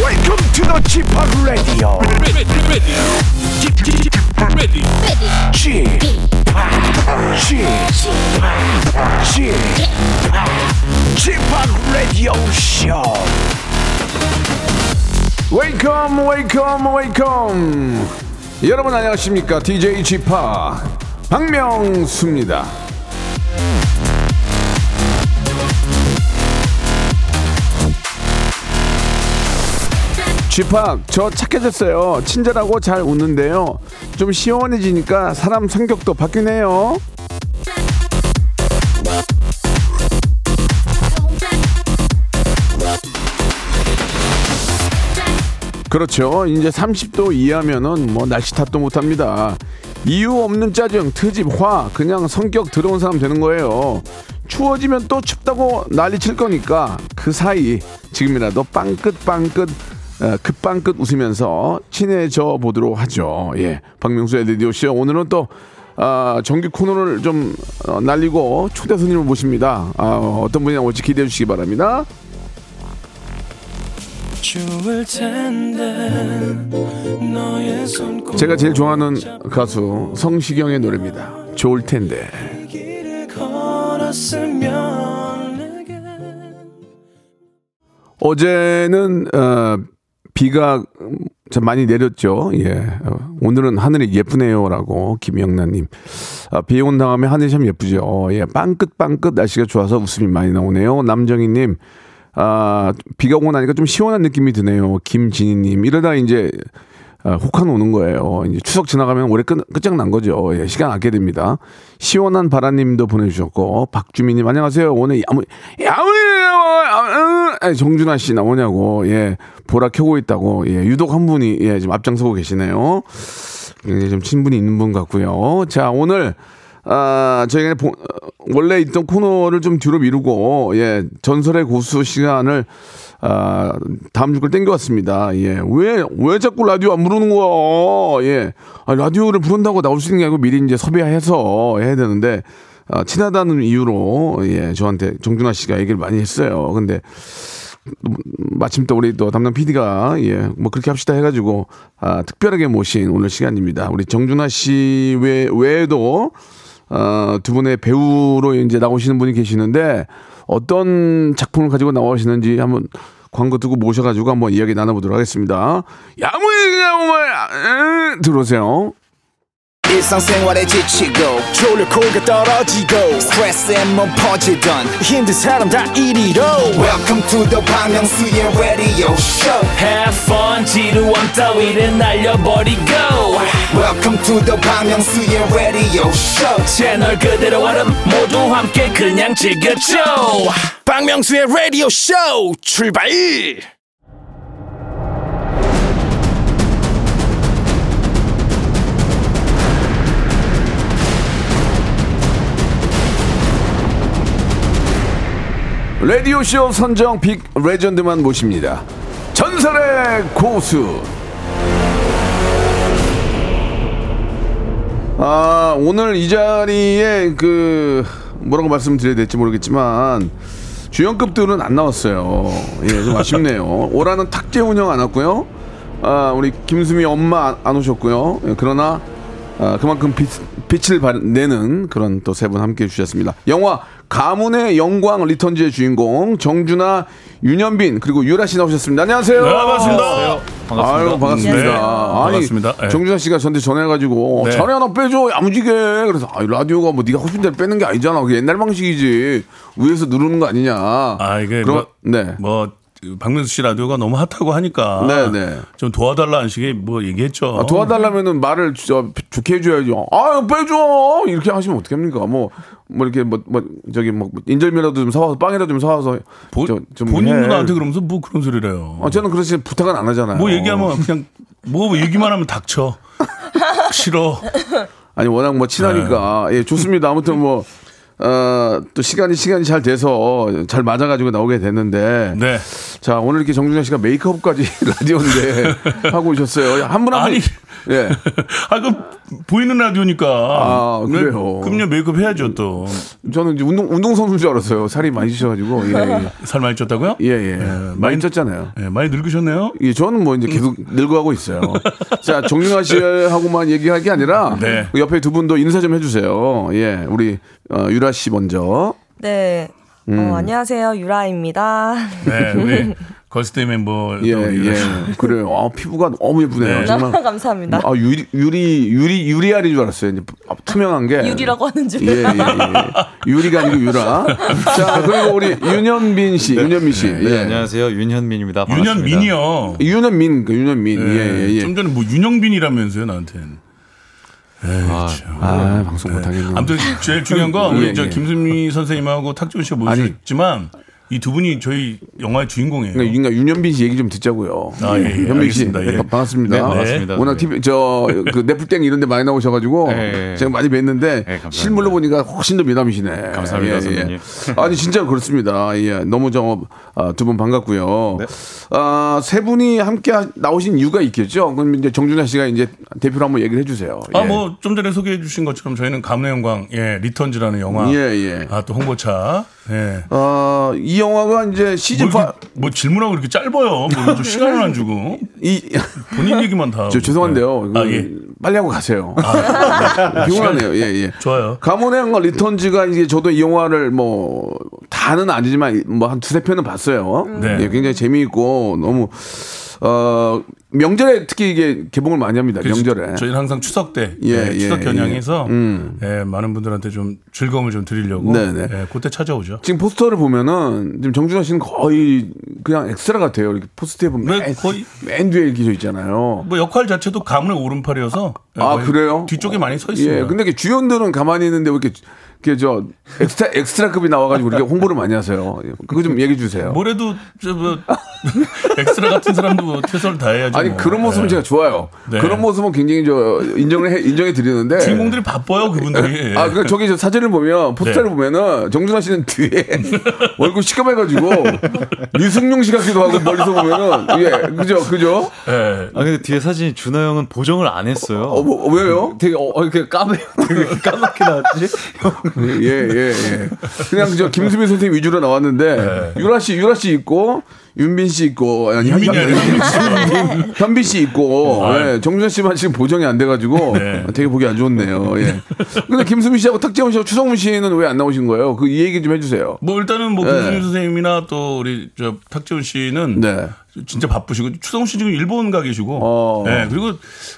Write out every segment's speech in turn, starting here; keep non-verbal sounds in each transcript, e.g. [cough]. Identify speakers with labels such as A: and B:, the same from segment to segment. A: Welcome to the g p o p Radio.
B: ready, ready, ready,
A: g
B: ready.
A: p o p g p o p g p o p Radio Show.
C: 웨이컴 웨이컴 웨이컴 여러분 안녕하십니까 DJ 지파 박명수입니다 지파 저 착해졌어요 친절하고 잘 웃는데요 좀 시원해지니까 사람 성격도 바뀌네요 그렇죠. 이제 30도 이하면은 뭐 날씨 탓도 못 합니다. 이유 없는 짜증, 트집, 화, 그냥 성격 들어온 사람 되는 거예요. 추워지면 또 춥다고 난리 칠 거니까 그 사이 지금이라도 빵긋빵긋 어, 급빵긋 웃으면서 친해져 보도록 하죠. 예. 박명수의 라디오 씨 오늘은 또 아, 정규 코너를 좀 어, 날리고 초대 손님을 모십니다. 아, 어떤 분이 나올지 기대해 주시기 바랍니다.
D: 추울 텐데 너의 손길
C: 제가 제일 좋아하는 가수 성시경의 노래입니다. 좋을 텐데.
D: 길을 걸었으면 내겐
C: 어제는 어, 비가 참 많이 내렸죠. 예. 어, 오늘은 하늘이 예쁘네요라고 김영란님. 아, 비온 다음에 하늘이 참 예쁘죠. 예. 빵긋빵긋 날씨가 좋아서 웃음이 많이 나오네요. 남정희님. 아, 비가 오고 나니까 좀 시원한 느낌이 드네요. 김진희님. 이러다 이제 아, 혹한 오는 거예요. 이제 추석 지나가면 올해 끝, 끝장난 거죠. 예, 시간 아게 됩니다. 시원한 바라님도 보내주셨고, 박주민님, 안녕하세요. 오늘 야무, 아, 야무예요! 야무, 정준하 씨 나오냐고, 예, 보라 켜고 있다고, 예, 유독 한 분이, 예, 지금 앞장서고 계시네요. 굉장히 좀 친분이 있는 분 같고요. 자, 오늘, 아, 저희가 보- 어, 원래 있던 코너를 좀 뒤로 미루고, 예, 전설의 고수 시간을, 아, 다음 주 걸 땡겨왔습니다. 예, 왜, 왜 자꾸 라디오 안 부르는 거야? 예, 아, 라디오를 부른다고 나올 수 있는 게 아니고 미리 이제 섭외해서 해야 되는데, 아, 친하다는 이유로, 예, 저한테 정준하 씨가 얘기를 많이 했어요. 근데, 마침 또 우리 또 담당 PD가 예 뭐 그렇게 합시다 해가지고 아, 특별하게 모신 오늘 시간입니다. 우리 정준하 씨 외, 외에도 어, 두 분의 배우로 이제 나오시는 분이 계시는데 어떤 작품을 가지고 나오시는지 한번 광고 듣고 모셔가지고 한번 이야기 나눠보도록 하겠습니다. 야무야무야 들어오세요.
E: 일상생활에 지치고, 졸려 코가 떨어지고, 스트레스에 몸 퍼지던, 힘든 사람 다 이리로. welcome to the Bang Myung-soo's radio show
F: Have fun 지루함 따위를 날려버리고
E: welcome to the Bang Myung-soo's radio show
F: 채널 그대로 얼음 모두 함께 그냥 즐겨줘
D: 박명수의 라디오 쇼 출발
C: 라디오쇼 선정 빅 레전드만 모십니다. 전설의 고수. 아, 오늘 이 자리에 그 뭐라고 말씀드려야 될지 모르겠지만 주연급들은 안 나왔어요. 예, 좀 아쉽네요. 오라는 탁재 운영 안 왔고요. 아, 우리 김수미 엄마 안- 안 오셨고요. 예, 그러나 아, 그만큼 빛, 을 내는 그런 또 세 분 함께 해주셨습니다. 영화 가문의 영광 리턴즈의 주인공 정준하, 윤현빈 그리고 유라 씨 나오셨습니다. 안녕하세요.
G: 아,
C: 아유 반갑습니다.
G: 네,
C: 아니
G: 반갑습니다. 예.
C: 정준하 씨가 저한테 전화해가지고 어,
G: 네.
C: 전화 하나 빼줘 야무지게 그래서 아, 라디오가 뭐 네가 허준 대로 빼는 게 아니잖아. 그게 옛날 방식이지 위에서 누르는 거 아니냐.
G: 아 이게
C: 그럼 네.
G: 뭐, 뭐 박명수 씨 라디오가 너무 핫하고 하니까
C: 네, 네.
G: 좀 도와달라 는 식의 뭐 얘기했죠.
C: 아, 도와달라면은 말을 진짜 좋게 해줘야죠. 아 빼줘 이렇게 하시면 어떻게 합니까? 뭐 뭐 이렇게 뭐 뭐 저기 뭐 인절미라도 좀 사와서 빵이라도 좀 사와서
G: 본-
C: 저- 좀
G: 본인
C: 해.
G: 누나한테 그러면서 뭐 그런 소리를 해요.
C: 아, 어. 저는 그렇지 부탁은 안 하잖아요.
G: 뭐 얘기하면 그냥 뭐 얘기만
C: [laughs]
G: 하면 닥쳐. 싫어.
C: 아니 워낙 뭐 친하니까
G: 네.
C: 예 좋습니다 아무튼 뭐 어, 또 시간이 시간이 잘 돼서 잘 맞아가지고 나오게 됐는데
G: 네. [laughs]
C: 자 오늘 이렇게 정준하 씨가 [laughs] 메이크업까지 라디오인데 하고 오셨어요 한 분 한 분
G: 아니.
C: 예
G: 아, 그 보이는 라디오니까. 네.
C: 아, 그래요.
G: 금년 메이크업 해야죠, 또.
C: 저는 이제 운동 운동 선수인 줄 알았어요. 살이 많이 찌셔가지고 예예
G: 살 많이 쪘다고요?
C: 예, 예. 많이 쪘잖아요.
G: 예, 많이 늙으셨네요.
C: 예, 저는 뭐 이제 계속 늙어가고 있어요. 자, 정윤아 씨하고만 얘기할 게 아니라
G: 네.
C: 그 옆에 두 분도 인사 좀 해주세요. 예, 우리 어, 유라 씨 먼저.
H: 네.
C: 음.
H: 어,
C: [laughs]
H: 안녕하세요. 유라입니다.
G: 네, 우리 뭐 걸스데이 멤버.
C: 예,
G: 우리
C: 예, [laughs] 그래요. 아, 피부가 너무 예쁘네요.
G: 네.
C: 정말.
H: [laughs] 감사합니다.
C: 아, 유리 유리 유리 유리알인 줄 알았어요. 이제 아, 투명한 게.
H: 유리라고 하는 줄.
C: 예, 예, 예. 유리가 아니고 유라. 자, 그리고 우리 윤현빈 씨, 윤현민 씨. 예.
I: 네. 안녕하세요 윤현민입니다. 반갑습니다.
G: 윤현민이요.
C: 윤현민, 그 윤현민.
I: 네.
C: 예, 예, 예.
G: 좀 전에 뭐 윤영빈이라면서요, 나한테는. 예,
I: 아,
C: 아, 방송 못하겠네.
G: 아무튼 제일 중요한 건 우리
C: [laughs] 예,
G: 저
C: 예.
G: 김수미 [laughs] 선생님하고 탁지훈 씨가 모셨지만 이 두 분이 저희 영화의 주인공이에요.
C: 그러니까 윤- 윤현빈 씨 얘기 좀 듣자고요. [laughs]
G: 아, 예, 예.
C: 현빈 씨,
G: 알겠습니다. 예.
C: 네, 반갑습니다.
I: 네, 반갑습니다.
C: 워낙
I: 네.
C: TV 저그 넷플땡 이런 데 많이 나오셔가지고
I: 예, 예.
C: 제가 많이 뵀는데
I: 감사합니다.
C: 실물로 보니까 훨씬 더 미남이시네. 예,
I: 감사합니다, 선배님.
C: [laughs] 아니 진짜 그렇습니다. 예, 너무 저두분 반갑고요. 아, 세 분이 함께 하- 나오신 이유가 있겠죠. 그럼 이제 정준하 씨가 이제 대표로 한번 얘기를 해주세요. 예.
G: 아, 뭐, 좀 전에 소개해 주신 것처럼 저희는 감의 영광, 예, 리턴즈라는 영화.
C: 예, 예.
G: 아, 또 홍보차. 예.
C: 어, 이 영화가 이제 시즌
G: 뭐,
C: 파
G: 이렇게, 뭐 질문하고 이렇게 짧아요. 뭐, 좀 시간을 안 주고.
C: 이 [laughs]
G: 본인 얘기만 다.
C: 저
G: 하고.
C: 죄송한데요.
G: 예. 아,
C: 이거
G: 예.
C: 빨리 하고 가세요.
I: 아,
C: [laughs] 피곤하네요. 예, 예.
G: 좋아요.
C: 가문의 영화 리턴즈가 이제 저도 이 영화를 뭐 다는 아니지만 뭐 한 두세 편은 봤어요.
G: 네.
C: 예, 굉장히 재미있고 너무 어 명절에 특히 이게 개봉을 많이 합니다. 명절에.
G: 저희는 항상 추석 때
C: 예,
G: 예, 추석
C: 예,
G: 겨냥해서
C: 예. 음.
G: 예, 많은 분들한테 좀 즐거움을 좀 드리려고
C: 네, 네.
G: 예, 그때 찾아오죠.
C: 지금 포스터를 보면은 지금 정준하 씨는 거의 그냥 엑스트라 같아요. 이렇게 포스터에 보면
G: 네,
C: 맨,
G: 거의-
C: 맨 뒤에 이렇게 저 있잖아요.
G: 뭐 역할 자체도 가문의 오른팔이어서 예,
C: 아
G: 거의
C: 그래요?
G: 뒤쪽에 많이 서 있습니다.
C: 예, 근데 이렇게 주연들은 가만히 있는데 왜 이렇게 이렇게 저 엑스트라 엑스트라급이 나와가지고
G: [laughs]
C: 이렇게 홍보를 많이 하세요. 예, 그거 좀 얘기해 주세요.
G: 뭐래도
C: [laughs]
G: 저뭐 엑스트라 같은 사람도 최선을 다해야죠.
C: 아니
G: 뭐.
C: 그런 모습은
G: 예.
C: 제가 좋아요.
G: 네.
C: 그런 모습은 굉장히 저 인정을 해, 인정해 드리는데.
G: 주인공들이 예. 네. 바빠요 그분들이.
C: 예. 아, 그 저기 저 사진을 보면 포스터를 보면은 정준하 씨는 뒤에 [laughs] 얼굴
G: [laughs]
C: 시커매가지고 류승룡 씨 같기도 하고 멀리서 보면은 예, 그죠, 그죠?
G: 예.
I: 아 근데 뒤에 사진 준하 형은 보정을 안 했어요.
C: 어, 뭐, 왜요?
I: 되게 어, 어, 이렇게 까매 [laughs] 되게 까맣게 나왔지.
C: [laughs] 예, 예, 예. 그냥 그저 김수민 선생님 위주로
G: 네.
C: 나왔는데 유라 씨, 유라 씨 있고 윤빈 씨 있고 아니
G: 민이
C: [laughs]
G: 아니라 아.
C: 현빈- 현빈 씨 있고 예, 정준하 씨만 지금 보정이 안 돼가지고
G: 네.
C: 되게 보기 안 좋네요. 예. 근데 김수민 씨하고 탁재훈 씨하고 추성훈 씨는 왜 안 나오신 거예요? 그 이 얘기 좀 해주세요.
G: 뭐 일단은 뭐 김수민 선생님이나 또 우리 저 탁재훈 씨는
C: 네.
G: 진짜 바쁘시고 추성훈 씨 지금 일본 가 계시고
C: 어.
G: 네, 그리고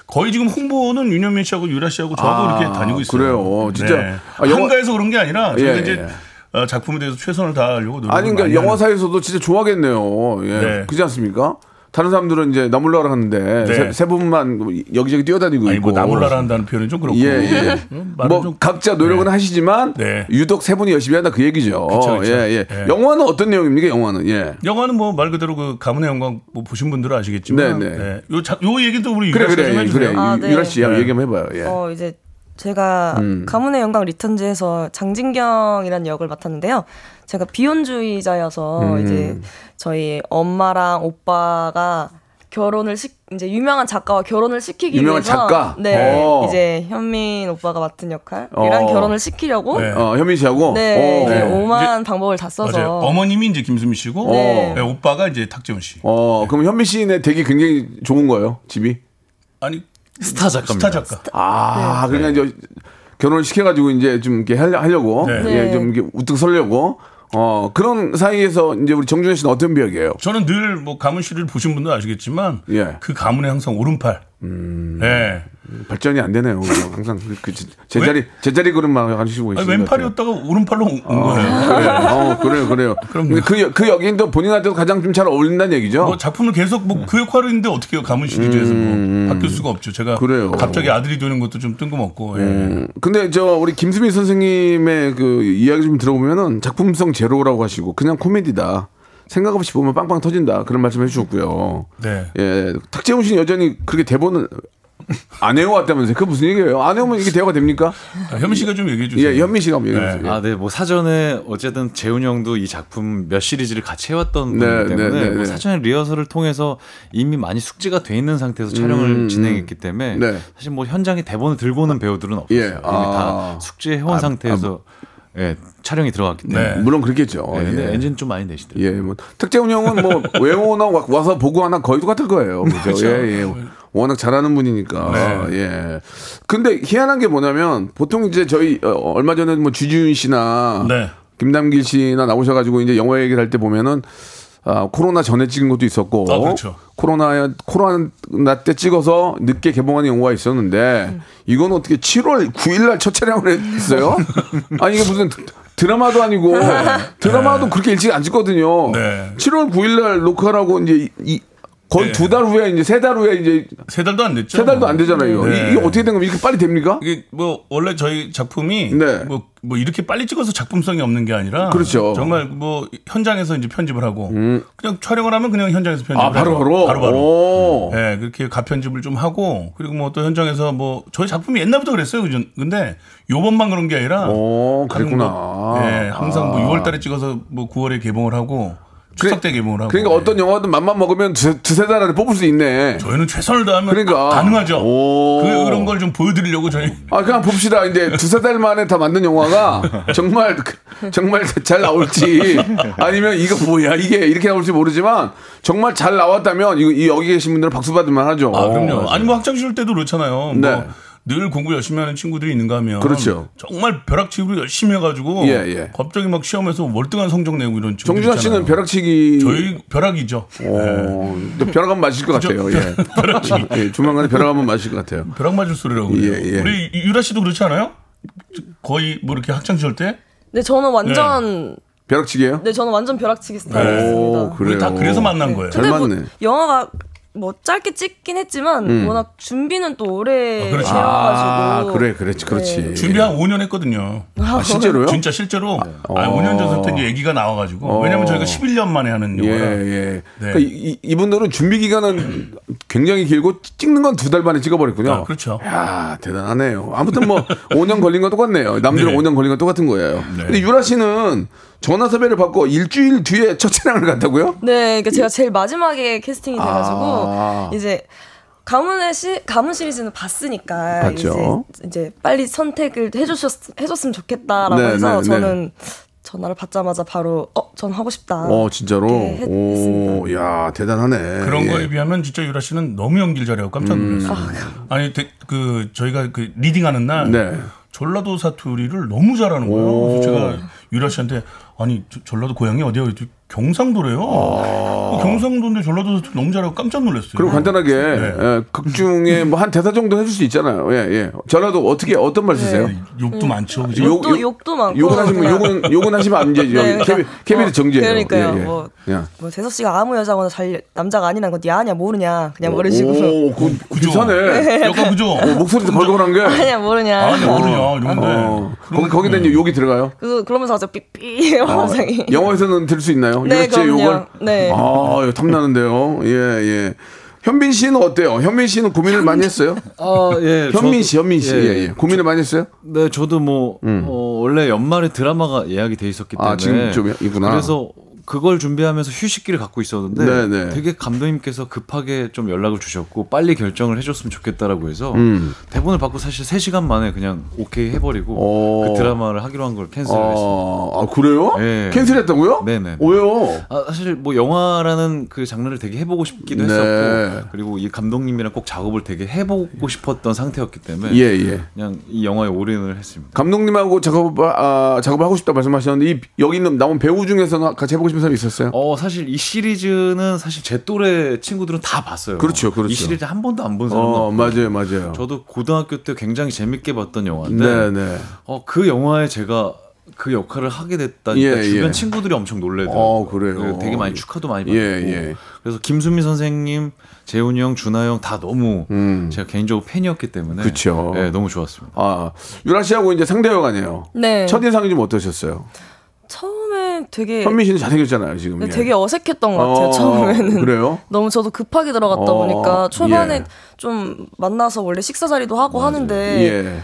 G: 거의 지금 홍보는 윤현민 씨하고 유라 씨하고 저하고
C: 아,
G: 이렇게 다니고 있어요.
C: 그래요. 진짜.
G: 네.
C: 아, 영화-
G: 한가해서 그런 게 아니라 저희가
C: 예,
G: 이제 어, 작품에 대해서 최선을 다하려고 노력.
C: 아니 그러니까 영화사에서도 진짜 좋아하겠네요. 예.
G: 네.
C: 그렇지 않습니까? 다른 사람들은 이제 나몰라라 하는데
G: 네.
C: 세, 세 분만 여기저기 뛰어다니고
G: 아니
C: 있고
G: 뭐 나몰라라 한다는 표현은 좀 그렇고.
C: 예, 예.
G: 음, 말은
C: 뭐
G: 좀-
C: 각자 노력은 하시지만
G: 네.
C: 유독 세 분이 열심히 한다 그 얘기죠.
G: 그쵸, 그쵸.
C: 예, 예.
G: 예.
C: 영화는 어떤 내용입니까? 영화는 예.
G: 영화는 뭐 말 그대로 그 가문의 영광 뭐 보신 분들은 아시겠지만
C: 네, 네.
G: 네. 요, 자- 요 얘기도 우리
C: 그래 예,
G: 유라 씨가 좀
C: 그래
G: 해주세요.
C: 그래
H: 아,
C: 유-
H: 네.
C: 유라 씨
G: 네.
C: 얘기 한번 해봐요. 예.
H: [laughs] 어, 이제 제가
C: 음.
H: 가문의 영광 리턴즈에서 장진경이라는 역을 맡았는데요. 제가 비혼주의자여서
C: 음.
H: 이제 저희 엄마랑 오빠가 결혼을 시, 이제 유명한 작가와 결혼을 시키기
C: 유명한
H: 위해서
C: 작가?
H: 네
C: 오.
H: 이제 현민 오빠가 맡은 역할이랑
C: 어.
H: 결혼을 시키려고
G: 네.
H: 네,
C: 어, 현민 씨하고 어,
H: 이제
C: 어.
H: 오만 방법을 다 써서
G: 맞아요. 어머님이 이제 김수미 씨고
H: 네.
G: 네, 오빠가 이제 탁재훈 씨.
C: 어, 그럼 현민 씨네 댁이 굉장히 좋은 거예요. 집이.
G: 아니
I: 스타 작가입니다.
G: 스타 작가.
C: 아, 그러니까 이제 결혼을 시켜가지고 이제 좀 이렇게 하려- 하려고
G: 네.
C: 예, 좀 이렇게 우뚝 서려고 어 그런 사이에서 이제 우리 정준하 씨는 어떤 배역이에요?
G: 저는 늘 뭐 가문 씨를 보신 분도 아시겠지만
C: 예. 음.
G: 그 가문에 항상 오른팔. 예.
C: 발전이 안 되네요. 그냥 항상 그, 그 제- 제자리 제자리 걸음만 가지고 계시는
G: 아니,
C: 것 같아요. 아.
G: 왼팔이었다가 오른팔로 온 거예요.
C: 그래요. 어, 그래요, 그래요. 근데 그, 여- 그 역인도 본인한테도 가장 좀 잘 어울린다는 얘기죠?
G: 뭐 작품을 계속 뭐 그 역할을 했는데 어떻게 해요? 가문 시리즈에서 뭐 바뀔 수가 없죠. 제가
C: 음, 그래요.
G: 갑자기 아들이 되는 것도 좀 뜬금없고. 예.
C: 음, 근데 저 우리 김수미 선생님의 그 이야기 좀 들어보면은 작품성 제로라고 하시고 그냥 코미디다. 생각 없이 보면 빵빵 터진다. 그런 말씀 해주셨고요.
G: 네.
C: 예. 탁재훈 씨는 여전히 그렇게 대본을 안 해왔다면서요? 그 무슨 얘기예요? 안 해오면 이게 대화가 됩니까?
G: 아, 현민 씨가 좀 얘기해 주세요.
C: 예, 현민 씨가 한번 얘기해
G: 네.
C: 주세요.
I: 아, 네, 뭐 사전에 어쨌든 재훈이 형도 이 작품 몇 시리즈를 같이 해왔던
C: 네,
I: 분이기 때문에
C: 네, 네,
I: 뭐
C: 네.
I: 사전에 리허설을 통해서 이미 많이 숙지가 돼 있는 상태에서 촬영을 진행했기 때문에
C: 음, 네.
I: 사실 뭐 현장에 대본을 들고 오는 배우들은 없었어요.
C: 예,
I: 이미
C: 아.
I: 다 숙지해온 상태에서 예, 촬영이 들어갔기 때문에.
G: 네.
C: 물론 그렇겠죠.
I: 예, 근데
C: 예.
I: 엔진 좀 많이 내시더라고요.
C: 예, 뭐 특재 운영은 뭐 외모나 와- 와서 보고 하나 거의 똑같을 거예요. 그죠? 예, 예. 워낙 잘하는 분이니까. 예. 근데 희한한 게 뭐냐면 보통 이제 저희 어, 얼마 전에 뭐 주지훈 씨나
G: 네.
C: 김남길 씨나 나오셔가지고 이제 영화 얘기를 할 때 보면은 아, 코로나 전에 찍은 것도 있었고
G: 아, 그렇죠.
C: 코로나 코로나 때 찍어서 늦게 개봉하는 영화가 있었는데 이건 어떻게 7월 9일 날 첫 촬영을
G: [laughs]
C: 했어요? 아니 이게 무슨 드라마도 아니고 드라마도 그렇게 일찍 안 찍거든요.
G: 네.
C: 7월 9일 날 녹화라고 이제 이, 이- 거의
G: 네.
C: 두 달 후에 이제 세 달 후에 이제
G: 세 달도 안 됐죠.
C: 세 달도 안 되잖아요. 이거.
G: 네.
C: 이, 게 어떻게 된 겁니까? 이렇게 빨리 됩니까?
G: 이게 뭐 원래 저희 작품이
C: 네.
G: 뭐, 뭐 이렇게 빨리 찍어서 작품성이 없는 게 아니라
C: 그렇죠. 음.
G: 정말 뭐 현장에서 이제 편집을 하고 그냥 촬영을 하면 그냥 현장에서 편집을
C: 아 바로
G: 하고
C: 바로.
G: 바로 바로
C: 오.
G: 예 그렇게 가편집을 좀 하고 그리고 뭐 또 현장에서 뭐 저희 작품이 옛날부터 그랬어요 그죠? 근데 요번만 그런 게 아니라
C: 오, 그랬구나. 아.
G: 뭐, 예 항상 뭐 6월달에 찍어서 뭐 9월에 개봉을 하고 추석 때 개봉을 하고
C: 그러니까 어떤 영화든 맘만 먹으면 두, 두세 달 안에 뽑을 수 있네.
G: 저희는 최선을 다하면
C: 그러니까.
G: 가능하죠
C: 오.
G: 그, 그런 걸 좀 보여드리려고 저희
C: 아 그냥 봅시다. 이제 두세 달 만에 다 만든
G: [laughs]
C: 영화가 정말 그, 정말 잘 나올지 아니면 이거 뭐야 이게 이렇게 나올지 모르지만 정말 잘 나왔다면 이거 이 여기 계신 분들은 박수 받을 만하죠.
G: 아, 그럼요. 아니, 뭐 학창시절 때도 그렇잖아요.
C: 어, 네.
G: 뭐 늘 공부 열심히 하는 친구들이 있는가 하면
C: 그렇죠.
G: 정말 벼락치기로 열심히 해가지고
C: 예, 예.
G: 갑자기 막 시험에서 월등한 성적 내고 이런 친구들
C: 정준하 씨는
G: 있잖아요.
C: 벼락치기.
G: 저희 네. 벼락이죠.
C: 어, 근데 벼락 한번 마실 것 같아요. 예. [laughs] 예, 조만간에 벼락 한번 마실 것 같아요.
G: 벼락 맞을 소리라고 그래요.
C: 예, 예.
G: 우리 유라 씨도 그렇지 않아요? 거의 뭐 이렇게 학창시절 때
H: 근데 저는 완전
C: 벼락치기예요?
H: 네, 저는 완전 벼락치기 스타일이었습니다.
C: 오,
G: 우리
C: 그래요.
G: 다 그래서 만난 거예요.
C: 잘
H: 근데
C: 맞네. 음.
H: 뭐 영화가 뭐 짧게 찍긴 했지만 워낙 준비는 또 오래
G: 아, 그렇죠.
C: 아,
H: 해와가지고 [laughs]
C: 그래, 그렇지, 그렇지.
G: 준비 한 5년 했거든요.
C: 아, 실제로요? 어.
G: 진짜 실제로 아, 5년 전부터 이제 얘기가 나와가지고 왜냐면 저희가 11년 만에 하는
C: 예,
G: 영화라
C: 예.
G: 네.
C: 그러니까 이, 분들은 준비 기간은 굉장히 길고 찍는 건 두 달 만에 찍어버렸군요.
G: 아, 그렇죠.
C: 야 대단하네요. 아무튼 뭐 [laughs] 5년 걸린 건 똑같네요. 남들은
G: 네.
C: 5년 걸린 건 똑같은 거예요. 근데 유라 씨는 전화 섭외를 받고 일주일 뒤에 첫 촬영을 갔다고요?
H: 네, 그러니까 제가 제일 마지막에 캐스팅이 돼가지고
C: 아.
H: 이제 가문의 시 가문 시리즈는 봤으니까
C: 봤죠.
H: 이제, 이제 빨리 선택을 해주셨 해줬으면 좋겠다라고
C: 네, 네,
H: 해서
C: 네.
H: 저는 전화를 받자마자 바로 어전 하고 싶다.
C: 어 진짜로.
H: 네, 했-
C: 오, 야 대단하네.
G: 그런
C: 예. 음.
G: 거에 비하면 진짜 유라 씨는 너무 연기를 잘해요. 깜짝 놀랐어요. 아니, 대- 그 저희가 그 리딩하는 날
C: 네.
G: 전라도 사투리를 너무 잘하는 거예요. 그래서 제가 유라 씨한테 아니 저- 전라도 고향이 어디야? 그랬더니 경상도래요. 어, 경상도인데 전라도 사투리 너무 잘하고 깜짝 놀랐어요.
C: 아. 그리고 간단하게
G: 네.
C: 예, 극 중에 뭐 한 대사 정도 해줄 수 있잖아요. 예, 예. 전라도 어떻게 어떤 말 쓰세요?
G: 네. 욕도 많죠. 그죠?
C: 욕-
H: 욕도
C: 욕-
H: 욕도 많고
C: 욕은 하시면
H: 그냥-
C: 욕은 욕은 하시면 안 되죠.
H: 네,
C: 케비
H: 그러니까
C: 케비도
H: 뭐,
C: 정죄예요.
H: 그러니까요.
C: 예, 예.
H: 뭐,
C: 그냥.
H: 뭐 재석 씨가 아무 여자거나 잘 남자가 아니란 건 야하냐 모르냐 그냥 모르시고
C: 오, 그,
G: 그죠?
C: [laughs] 비슷하네.
G: 약간 그러니까 그죠?
C: 목소리도 걸걸한 게.
H: [laughs] 네. 아니야 모르냐
G: 아니 모르냐 이런데
C: 뭐- 어,
I: 네.
C: 거기, 거기다
I: 음.
C: 이제 욕이 들어가요.
H: 그 그러면서 아주 삐삐
C: 어,
H: 화장이
C: 영어에서는 들 수 있나요?
H: 네
C: 유라치의
H: 그럼요
C: 욕을?
H: 네
C: 아, 이거 탐나는데요. 예, 예. 현빈 씨는 어때요? 현빈 씨는 고민을 많이 했어요?
I: 아, 예.
C: 현민
I: 저도-
C: 씨, 현민 씨. 예, 예. 고민을 많이 했어요?
I: 네, 저도 뭐 어, 원래 연말에 드라마가 예약이 돼 있었기
C: 음.
I: 때문에
C: 아, 지금 좀 이구나.
I: 그래서 그걸 준비하면서 휴식기를 갖고 있었는데
C: 네, 네.
I: 되게 감독님께서 급하게 좀 연락을 주셨고 빨리 결정을 해줬으면 좋겠다라고 해서
C: 음.
I: 대본을 받고 사실 3 시간 만에 그냥 오케이 해버리고
C: 어.
I: 그 드라마를 하기로 한 걸 캔슬을 했습니다.
C: 아, 아, 그래요?
I: 예.
C: 캔슬했다고요?
I: 네, 네.
C: 왜요?
I: 아, 사실 뭐 영화라는 그 장르를 되게 해보고 싶기도
C: 네.
I: 했었고 그리고 이 감독님이랑 꼭 작업을 되게 해보고 싶었던 상태였기 때문에
C: 예, 예.
I: 그냥 이 영화에 올인을 했습니다.
C: 감독님하고 작업, 아, 작업하고 싶다 말씀하셨는데, 이, 여기 있는 남은 배우 중에서는 같이 해보고 싶은 사람이 있었어요?
I: 어 사실 이 시리즈는 사실 제 또래 친구들은 다 봤어요.
C: 그렇죠, 그렇죠.
I: 이 시리즈 한 번도 안 본 사람은
C: 어,
I: 없고
C: 맞아요, 맞아요.
I: 저도 고등학교 때 굉장히 재밌게 봤던
C: 네,
I: 영화인데
C: 네.
I: 어, 그 영화에 제가 그 역할을 하게 됐다니까
C: 예,
I: 주변
C: 예.
I: 친구들이 엄청 놀래더라고요. 네,
C: 어, 그래요.
I: 되게 많이 축하도 많이 받고
C: 예, 예.
I: 그래서 김수미 선생님, 재훈이 형, 준하 형 다 너무 제가 개인적으로 팬이었기 때문에
C: 음. 그쵸.
I: 예, 너무 좋았습니다.
C: 아, 유라 씨하고 이제 상대역 아니에요?
H: 네.
C: 첫인상이 좀 어떠셨어요?
H: 처음에 되게
C: 현민 씨는 잘생겼잖아요 지금.
H: 네,
C: 예.
H: 되게 어색했던 것 같아요
C: 어,
H: 처음에는
C: 그래요?
H: 너무 저도 급하게 들어갔다
C: 어,
H: 보니까 초반에
C: 예.
H: 좀 만나서 원래 식사 자리도 하고 하는데
C: 예.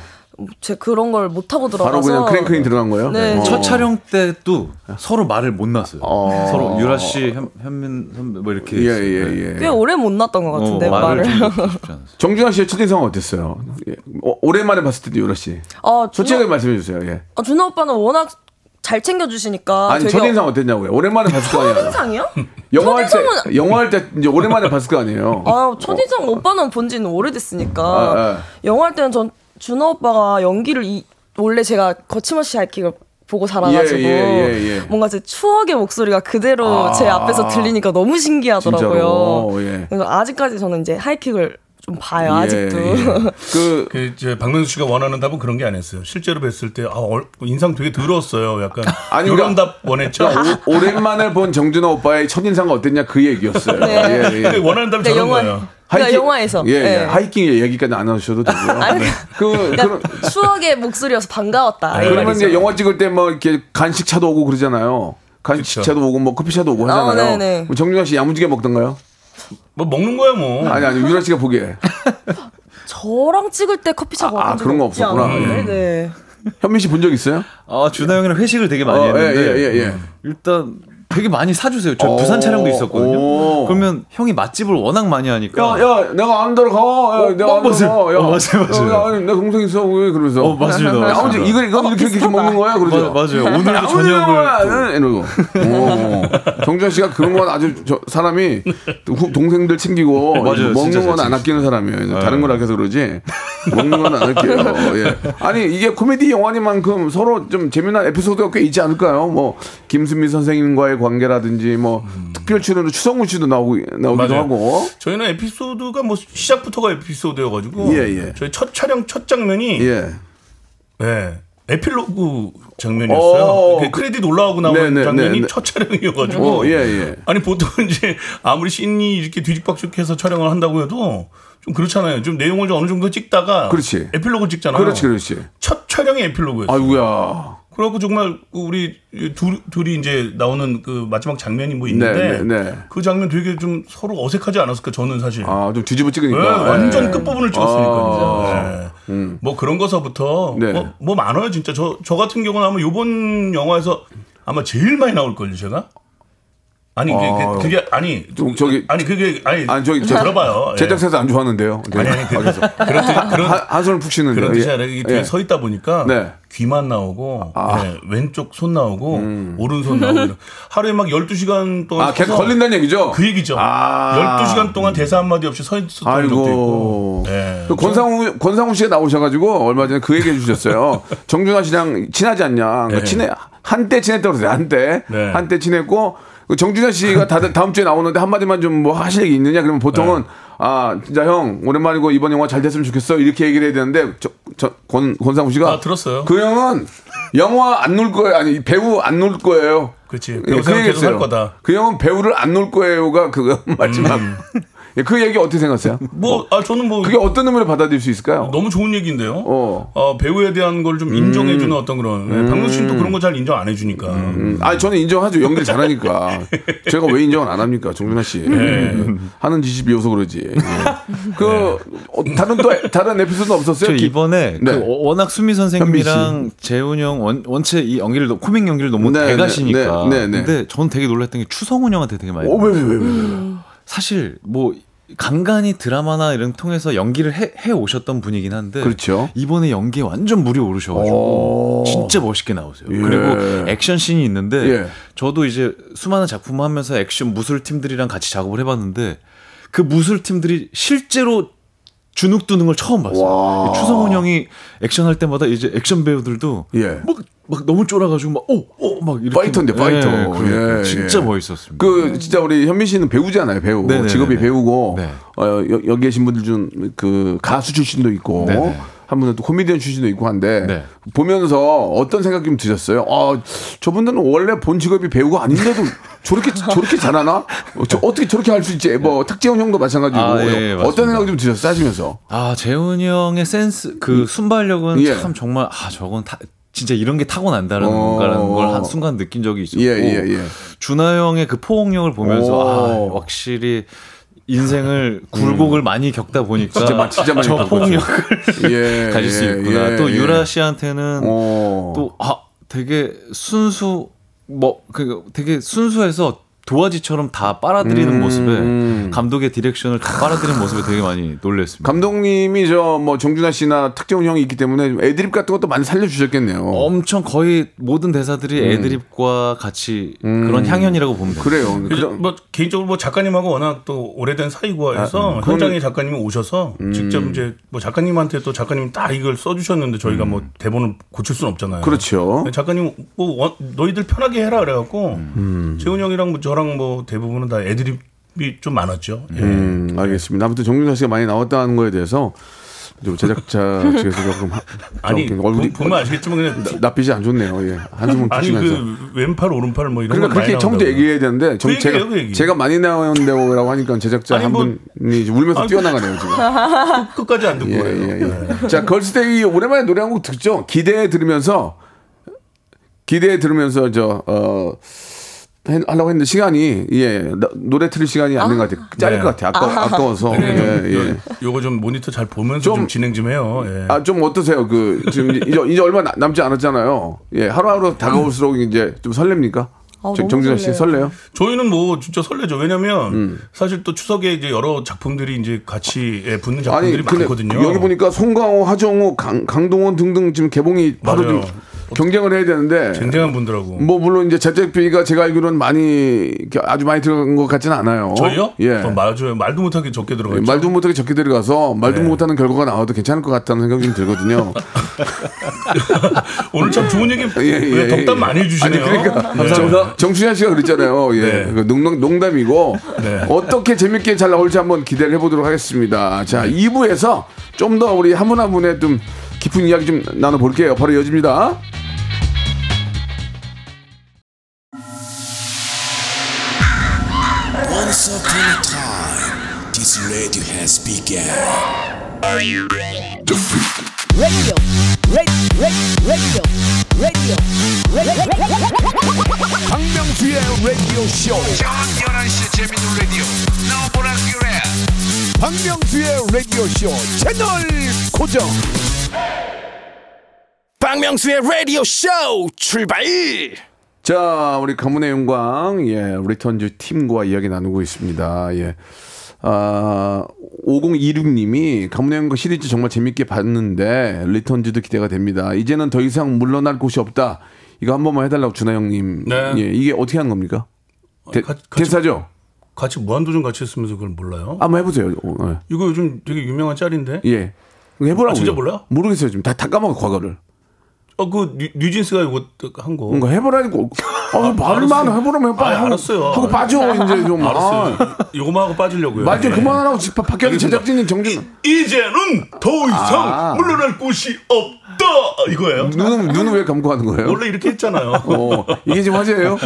H: 제 그런 걸 못 하고 들어가서
C: 바로 그냥 크랭크인 들어간 거예요?
H: 네.
C: 어.
I: 첫 촬영 때도 서로 말을 못 났어요.
C: 어.
I: 서로 유라 씨, 현, 현민 선배 뭐 이렇게
C: 예,
I: 했어요. 네.
C: 예,
H: 꽤
C: 예.
H: 오래 못 났던 것 같은데
I: 어,
H: 말을.
I: 좀 듣고 싶지 않았어요.
C: 정준하 씨의 첫인상은 어땠어요? 예. 어, 오랜만에 봤을 때도 유라 씨.
H: 아,
C: 솔직하게
H: 준호,
C: 말씀해 주세요. 예.
H: 아, 준호 오빠는 워낙 잘 챙겨주시니까
C: 아니
H: 되게
C: 첫인상 어땠냐고요? 오랜만에 봤을 거 아니에요?
H: [laughs] 첫인상이요?
C: 영화 할 때,
H: 첫인상은-
C: 영화 할 때 이제 오랜만에 봤을 거 아니에요?
H: 아 첫인상 오빠는 본 지는 오래됐으니까
C: 어. 아, 아.
H: 영화 할 때는 전 준호 오빠가 연기를 이, 원래 제가 거침없이 할킥을 보고 자라가지고
C: 예, 예, 예, 예.
H: 뭔가 제 추억의 목소리가 그대로
C: 아.
H: 제 앞에서 들리니까 너무 신기하더라고요.
C: 진짜로, 예.
H: 그래서 아직까지 저는 이제 하이킥을 좀 봐요
C: 예,
H: 아직도. [laughs] 그러니까
C: 예. [laughs] 그
G: 그 이제 박명수 씨가 원하는 답은 그런 게 아니었어요. 실제로 뵀을 때 아, 얼- 인상 되게 더러웠어요. 약간
C: 아니,
G: 이런
C: 그러니까-
G: 답 원했죠.
H: [laughs]
C: 오, 랜만에본 정준하 오빠의 첫인상은 어땠냐 그 얘기였어요.
H: 네. [laughs]
C: 예, 예.
G: 근데 원하는 답이
H: 네,
G: 저런
H: 영화
G: 거예요.
H: 그러니까 영화에서
C: 예, 예.
H: 예.
C: 하이킹 얘기까지 안 하셔도 되고요.
H: [laughs] 아니,
C: 네. 그,
H: 그러니까
C: 그럼, 아, 예.
H: 추억의 목소리여서 반가웠다. 이
C: 그러면
H: 말이죠.
C: 이제 영화 찍을 때 뭐 이렇게 간식차도 오고 그러잖아요. 간식차도 오고 뭐 커피차도 오고
H: 아,
C: 하잖아요.
H: 네, 네.
C: 그럼 정준하 씨 야무지게 먹던가요?
G: 뭐 먹는 거야 뭐.
C: 아니 아니 유라 씨가 보기에
H: 저랑 찍을 때 커피숍
C: 아,
H: 가본 적이
C: 그런 거
H: 없지
C: 없었구나.
H: 않았는데,
C: 예.
H: 네.
C: 현민 씨 본 적 있어요?
I: 아 준하 형이랑 회식을 되게 많이
C: 어,
I: 했는데 음,
C: 예, 어, 예, 예, 예.
I: 일단 되게 많이 사주세요. 저
C: 오,
I: 부산 촬영도 있었거든요.
C: 오.
I: 그러면 형이 맛집을 워낙 많이 하니까
C: 어. 야, 야, 내가 안 들어가. 야, 내가 안
I: 그러니까. 맞아요.
C: 들어가. 야,
I: 어, 맞아요, 맞아요.
C: 야, 아니, 내 동생 있어. 왜 그러면서.
I: 어, 맞습니다,
C: 야, 아버지,
I: 맞습니다.
C: 이거, 이거 이렇게, 이렇게 먹는 거야? 그러죠.
I: 맞-
C: [laughs]
I: 맞아요. 오늘도
C: 아버지,
I: 저녁을
C: 이거야. 이러고. 어, 어. 정준 씨가 그런 건 아주 저, 사람이 후- 동생들 챙기고
I: [laughs] 맞아요, 진짜 어.
C: 먹는
I: 잘
C: 건 안
I: 챙기죠.
C: 아끼는 사람이에요. 다른 걸 아껴서 그러지. 먹는 건 안 아껴요.
I: [laughs]
C: 예. 아니, 이게 코미디 영화니만큼 서로 좀 재미난 에피소드가 꽤 있지 않을까요? 뭐, 김수미 선생님과의 관계라든지 뭐,
I: 음.
C: 특별 출연으로 추성훈 씨도 나오고, 나오기도
G: 맞아요.
C: 하고.
G: 저희는 에피소드가 뭐 시작부터가 에피소드여가지고
C: 예, 예.
G: 저희 첫 촬영 첫 장면이
C: 예.
G: 네, 에필로그 장면이었어요.
C: 어,
G: 그
C: 그-
G: 크레딧 올라오고 나오는
C: 네, 네,
G: 장면이
C: 네, 네.
G: 첫 촬영이어가지고
C: 어, 예, 예.
G: 아니 보통 이제 아무리 씬이 이렇게 뒤죽박죽해서 촬영을 한다고 해도 좀 그렇잖아요. 좀 내용을 좀 어느 정도 찍다가
C: 그렇지.
G: 에필로그 찍잖아요.
C: 그렇지, 그렇지.
G: 첫 촬영이 에필로그였어요.
C: 아이고야.
G: 그래갖고 정말 그 우리 둘, 둘이 이제 나오는 그 마지막 장면이 뭐
C: 네, 네,
G: 있는데
C: 네.
G: 그 장면 되게 좀 서로 어색하지 않았을까 저는 사실.
C: 아, 좀 뒤집어
G: 네,
C: 찍으니까.
G: 완전
C: 예.
G: 끝부분을 찍었으니까.
C: 아,
G: 네. 뭐 그런 거서부터
C: 네.
G: 뭐, 뭐 많아요 진짜. 저, 저 같은 경우는 아마 요번 영화에서 아마 제일 많이 나올걸요 제가? 아니 그게,
C: 아.
G: 그게 아니
C: 좀 저기-
G: 아니 그게 아니,
C: 아니, 저기 제-
G: 들어봐요. 예.
C: 제작사에서 안 좋아하는데요. 네. 그래서.
G: 그런 뜻- 그런
C: 한- 한손을 푹 쉬는데.
G: 그런 뜻이 아니라 이게 뒤에 서 있다 보니까
C: 예. 네. 아.
G: 귀만 나오고 네, 왼쪽 손 나오고 오른손 나오고 이런. 하루에 막 12시간 동안
C: 음. 아, 걔가
G: 서서
C: 걸린다는 얘기죠?
G: 그 얘기죠.
C: 아.
G: 12시간 동안 대사 한마디 없이 서 있었던 적도 있고.
C: 아이고.
G: 네.
C: 그 권상우, 권상우 씨가 나오셔가지고 얼마 전에 그 얘기
G: [laughs]
C: 해주셨어요. 정준하 씨랑 친하지 않냐. 그
G: 네.
C: 친해, 한때 친했다고 그러세요. 한때.
G: 네.
C: 한때 친했고. 그 정준하 씨가 다, 다음 주에 나오는데 한마디만 좀 뭐 하실 얘기 있느냐. 그러면
G: 네.
C: 보통은 아, 진짜 형, 오랜만이고 이번 영화 잘 됐으면 좋겠어. 이렇게 얘기를 해야 되는데 저, 저, 권, 권상우 씨가
G: 아, 들었어요.
C: 그 형은 영화 안 놀 거예요. 아니 배우 안 놀 거예요.
G: 그치.
C: 예,
G: 배우 생각 계속
C: 얘기했어요.
G: 할 거다. 음.
C: 그 형은 배우를 안 놀 거예요가 그거 마지막. [laughs] 예, 그 얘기 어떻게 생각하세요?
G: 뭐, 아, 저는 뭐.
C: 그게 어떤 의미로 받아들일 수 있을까요?
G: 너무 좋은 얘기인데요.
C: 어.
G: 어. 배우에 대한 걸 좀 인정해주는 어떤 그런. 네, 박명수 씨는 또 그런 거 잘 인정 안 해주니까.
C: 음, 아니 저는 인정하죠. 연기를 잘하니까. 제가 왜 인정을 안 합니까, 정준하 씨? 예. 하는 지식이어서 그러지. 예. 그 어, 다른 또 에- 다른 에피소드
I: 저
C: 없었어요? 기-
I: 이번에
C: 네.
I: 그 워- 워낙 수미
C: 현민
I: 선생님이랑 재훈 형 원, 원체 이 연기를 너- 코믹 연기를 너무
C: 네,
I: 대가시니까
C: 네, 네, 네.
I: 근데 전 되게 놀랐던 게 추성훈 형한테 되게 많이
C: 어, 왜, 왜, 왜, 왜, 왜.
I: 사실 뭐 간간히 드라마나 이런 통해서 연기를 해, 해 오셨던 분이긴 한데
C: 그렇죠. 어.
I: 이번에 연기에 완전 물이 오르셔가지고 진짜 멋있게 나오세요. 그리고 액션 씬이 있는데
C: 예.
I: 저도 이제 수많은 작품 하면서 액션 무술 팀들이랑 같이 작업을 해봤는데 그 무술 팀들이 실제로 주눅 드는 걸 처음 봤어요.
C: 와.
I: 추성훈 형이 액션 할 때마다 이제 액션 배우들도
C: 예.
I: 막, 막 너무 쫄아가지고 막 오 오 막 이렇게
C: 파이터인데, 파이터.
I: 예, 그러니까
C: 예,
I: 진짜
C: 예.
I: 멋있었습니다.
C: 그 진짜 우리 현민 씨는 배우잖아요 배우
I: 네. 네네네네.
C: 직업이 배우고
I: 네.
C: 어, 여- 여기 계신 분들 중 그 가수 출신도 있고
I: 네네.
C: 한 분은 또 코미디언 출신도 있고 한데
I: 네.
C: 보면서 어떤 생각 좀 드셨어요? 아 저분들은 원래 본 직업이 배우가 아닌데도 저렇게 저렇게 잘하나? 어, 저, 어떻게 저렇게 할 수 있지? 뭐 탁재훈 형도 마찬가지고
I: 네. 아, 예, 예,
C: 어떤
I: 맞습니다.
C: 생각 좀
I: [laughs]
C: 드셨어요? 하시면서
I: 아 재훈이 형의 센스 그 순발력은
C: 음. 예.
I: 참 정말 아 저건 다 진짜 이런 게 타고난다는
C: 어.
I: 건가라는 걸 한 순간 느낀 적이 있었고
C: 예, 예, 예.
I: 준하 형의 그 포옹력을 보면서
C: 오. 음.
I: 아, 확실히
C: [laughs]
I: 인생을 굴곡을 많이 겪다 보니까
C: 진짜 많이- 진짜 많이
I: 저
C: 겪었죠.
I: 폭력을
C: 예,
I: 가질 수
C: 예,
I: 있구나.
C: 예,
I: 또
C: 예.
I: 유라 씨한테는
C: 어.
I: 또 아 되게 순수 뭐 그 되게 순수해서 도화지처럼 다 빨아들이는
C: 음,
I: 모습에 감독의 디렉션을 다 빨아들이는 모습에 되게 많이 놀랬습니다.
C: 감독님이 저 뭐 정준하 씨나 탁재훈 형이 있기 때문에 좀 애드립 같은 것도 많이 살려주셨겠네요.
I: 엄청 거의 모든 대사들이 애드립과 같이 그런 향연이라고 보면 돼요.
C: 음. 그래요. 그
G: 그래서
C: 정-
G: 뭐 개인적으로 뭐 작가님하고 워낙 또 오래된 사이고
C: 아, 음.
G: 해서 현장에 작가님이 오셔서 직접 이제 뭐 작가님한테 또 작가님이 딱 이걸 써주셨는데 저희가 뭐 대본을 고칠 수는 없잖아요.
C: 음. 그렇죠.
G: 근데 작가님 뭐 원- 너희들 편하게 해라 그래갖고
C: 음.
G: 재훈 형이랑 뭐 저랑 뭐 대부분은 다 애드립이 좀 많았죠. 예.
C: 음, 알겠습니다. 아무튼 정준하 씨가 많이 나왔다는 거에 대해서 좀 제작자 측에서 조금 하-
G: [laughs] 아니
C: 조금
G: 얼굴이
C: 얼굴이 네.
G: 보면 아시겠지만 그냥
C: 나- 나빛이 안 좋네요. 예. 한숨을
G: 아니
C: 쉬면서.
G: 그 왼팔 오른팔 뭐 이런
C: 그러니까
G: 거 많이
C: 그렇게 처음부터
G: 나온다고.
C: 얘기해야 되는데 좀
G: 그
C: 제가
G: 얘기예요, 그 얘기.
C: 제가 많이 나온다고 하니까 제작자
G: 아니,
C: 한
G: 뭐-
C: 분이 이제 울면서
G: 아니, 뭐
C: 뛰어나가네요 지금.
G: 끝까지 안 듣고
C: 예,
G: 거예요.
C: 예, 예. 자 걸스데이 오랜만에 노래 한 곡 듣죠. 기대해 들으면서 기대해 들으면서 저어 하려고 했는데 시간이 예 나- 노래 틀릴 시간이 안 된 것 같아요. 짧을
G: 네.
C: 것 같아요. 아까 아까워서 예, 예.
G: 요거 좀 모니터 잘 보면서 좀,
C: 좀-
G: 진행 좀 해요. 예.
C: 아 좀 어떠세요? 그 지금 이제, 이제 얼마 나- 남지 않았잖아요. 예 하루하루 다가올수록 이제 좀 설렙니까?
H: 아우,
C: 정-
H: 너무
C: 정준하 씨 설레요?
H: 설레요.
G: 저희는 뭐 진짜 설레죠. 왜냐면
C: 음.
G: 사실 또 추석에 이제 여러 작품들이 이제 같이 예, 붙는 작품들이 많거든요.
C: 여기 보니까 송강호, 하정우, 강, 강동원 등등 지금 개봉이 바로
G: 맞아요.
C: 좀 경쟁을 해야 되는데
G: 굉장한 분들하고.
C: 뭐 물론 이제 제작비가 제가 알기로는 많이 이렇게 아주 많이 들어간 것 같지는 않아요.
G: 저희요?
C: 예.
G: 어, 맞아요. 말도 못하게 적게
C: 예,
G: 들어가죠.
C: 말도 못하게 적게 들어가서 말도
G: 네.
C: 못하는 결과가 나와도 괜찮을 것 같다는 생각이 좀 들거든요.
G: [laughs] 오늘 참 좋은
C: [laughs]
G: 얘기 [laughs] 왜 덕담 많이 해주시네요.
C: 예, 아니, 그러니까
G: 네.
C: 정- 정수현 씨가 그랬잖아요. 예,
G: 네.
C: 그 농, 농담이고
G: 네.
C: 어떻게 재밌게 잘 나올지 한번 기대를 해보도록 하겠습니다. 자,
G: 네.
C: 2부에서 좀 더 우리 한 분 한 분의 좀 깊은 이야기 좀 나눠볼게요. 바로 이어집니다.
A: Once upon a time, this radio has begun. 박명수의 라디오 쇼. 저녁 11시 재밌는 라디오. 너보라 그래. 박명수의 라디오 쇼 채널 고정.
D: 박명수의 라디오 쇼 출발
C: 자, 우리 가문의 영광, 예, 리턴즈 팀과 이야기 나누고 있습니다. 예. 아, 5026님이 가문의 영광 시리즈 정말 재밌게 봤는데, 리턴즈도 기대가 됩니다. 이제는 더 이상 물러날 곳이 없다. 이거 한 번만 해달라고, 준하 형님.
G: 네.
C: 예, 이게 어떻게 하는 겁니까? 대,
G: 같이- 같이-
C: 대사죠?
G: 같이 무한도전 같이 했으면서 그걸 몰라요?
C: 한번 해보세요. 어,
G: 이거 요즘 되게 유명한 짤인데.
C: 예. 예. 그거 해보라고.
G: 아, 진짜 몰라요?
C: 모르겠어요, 지금. 다, 다 까먹어, 과거를.
G: 어, 그 뉴- 뉴진스가 이거 한 거.
C: 뭔가 해보라니까. 아,
G: [laughs]
C: 말만
G: 알았어요.
C: 해보라면
G: 아,
C: 빨리 하고-
G: 알았어요.
C: 하고 빠져, 이제 좀. 아.
G: 알았어요. 요거만 하고 빠지려고요.
C: 말 좀
G: 예.
C: 그만하라고 지- 박- 박경희
G: 알겠습니다.
C: 제작진이 정준
G: 이제는 더 이상
C: 아.
G: 물러날 곳이 없다 이거예요.
C: 눈은 눈은 왜 감고 하는 거예요?
G: 원래 이렇게 했잖아요. [laughs]
C: 어 이게 지금 화제예요?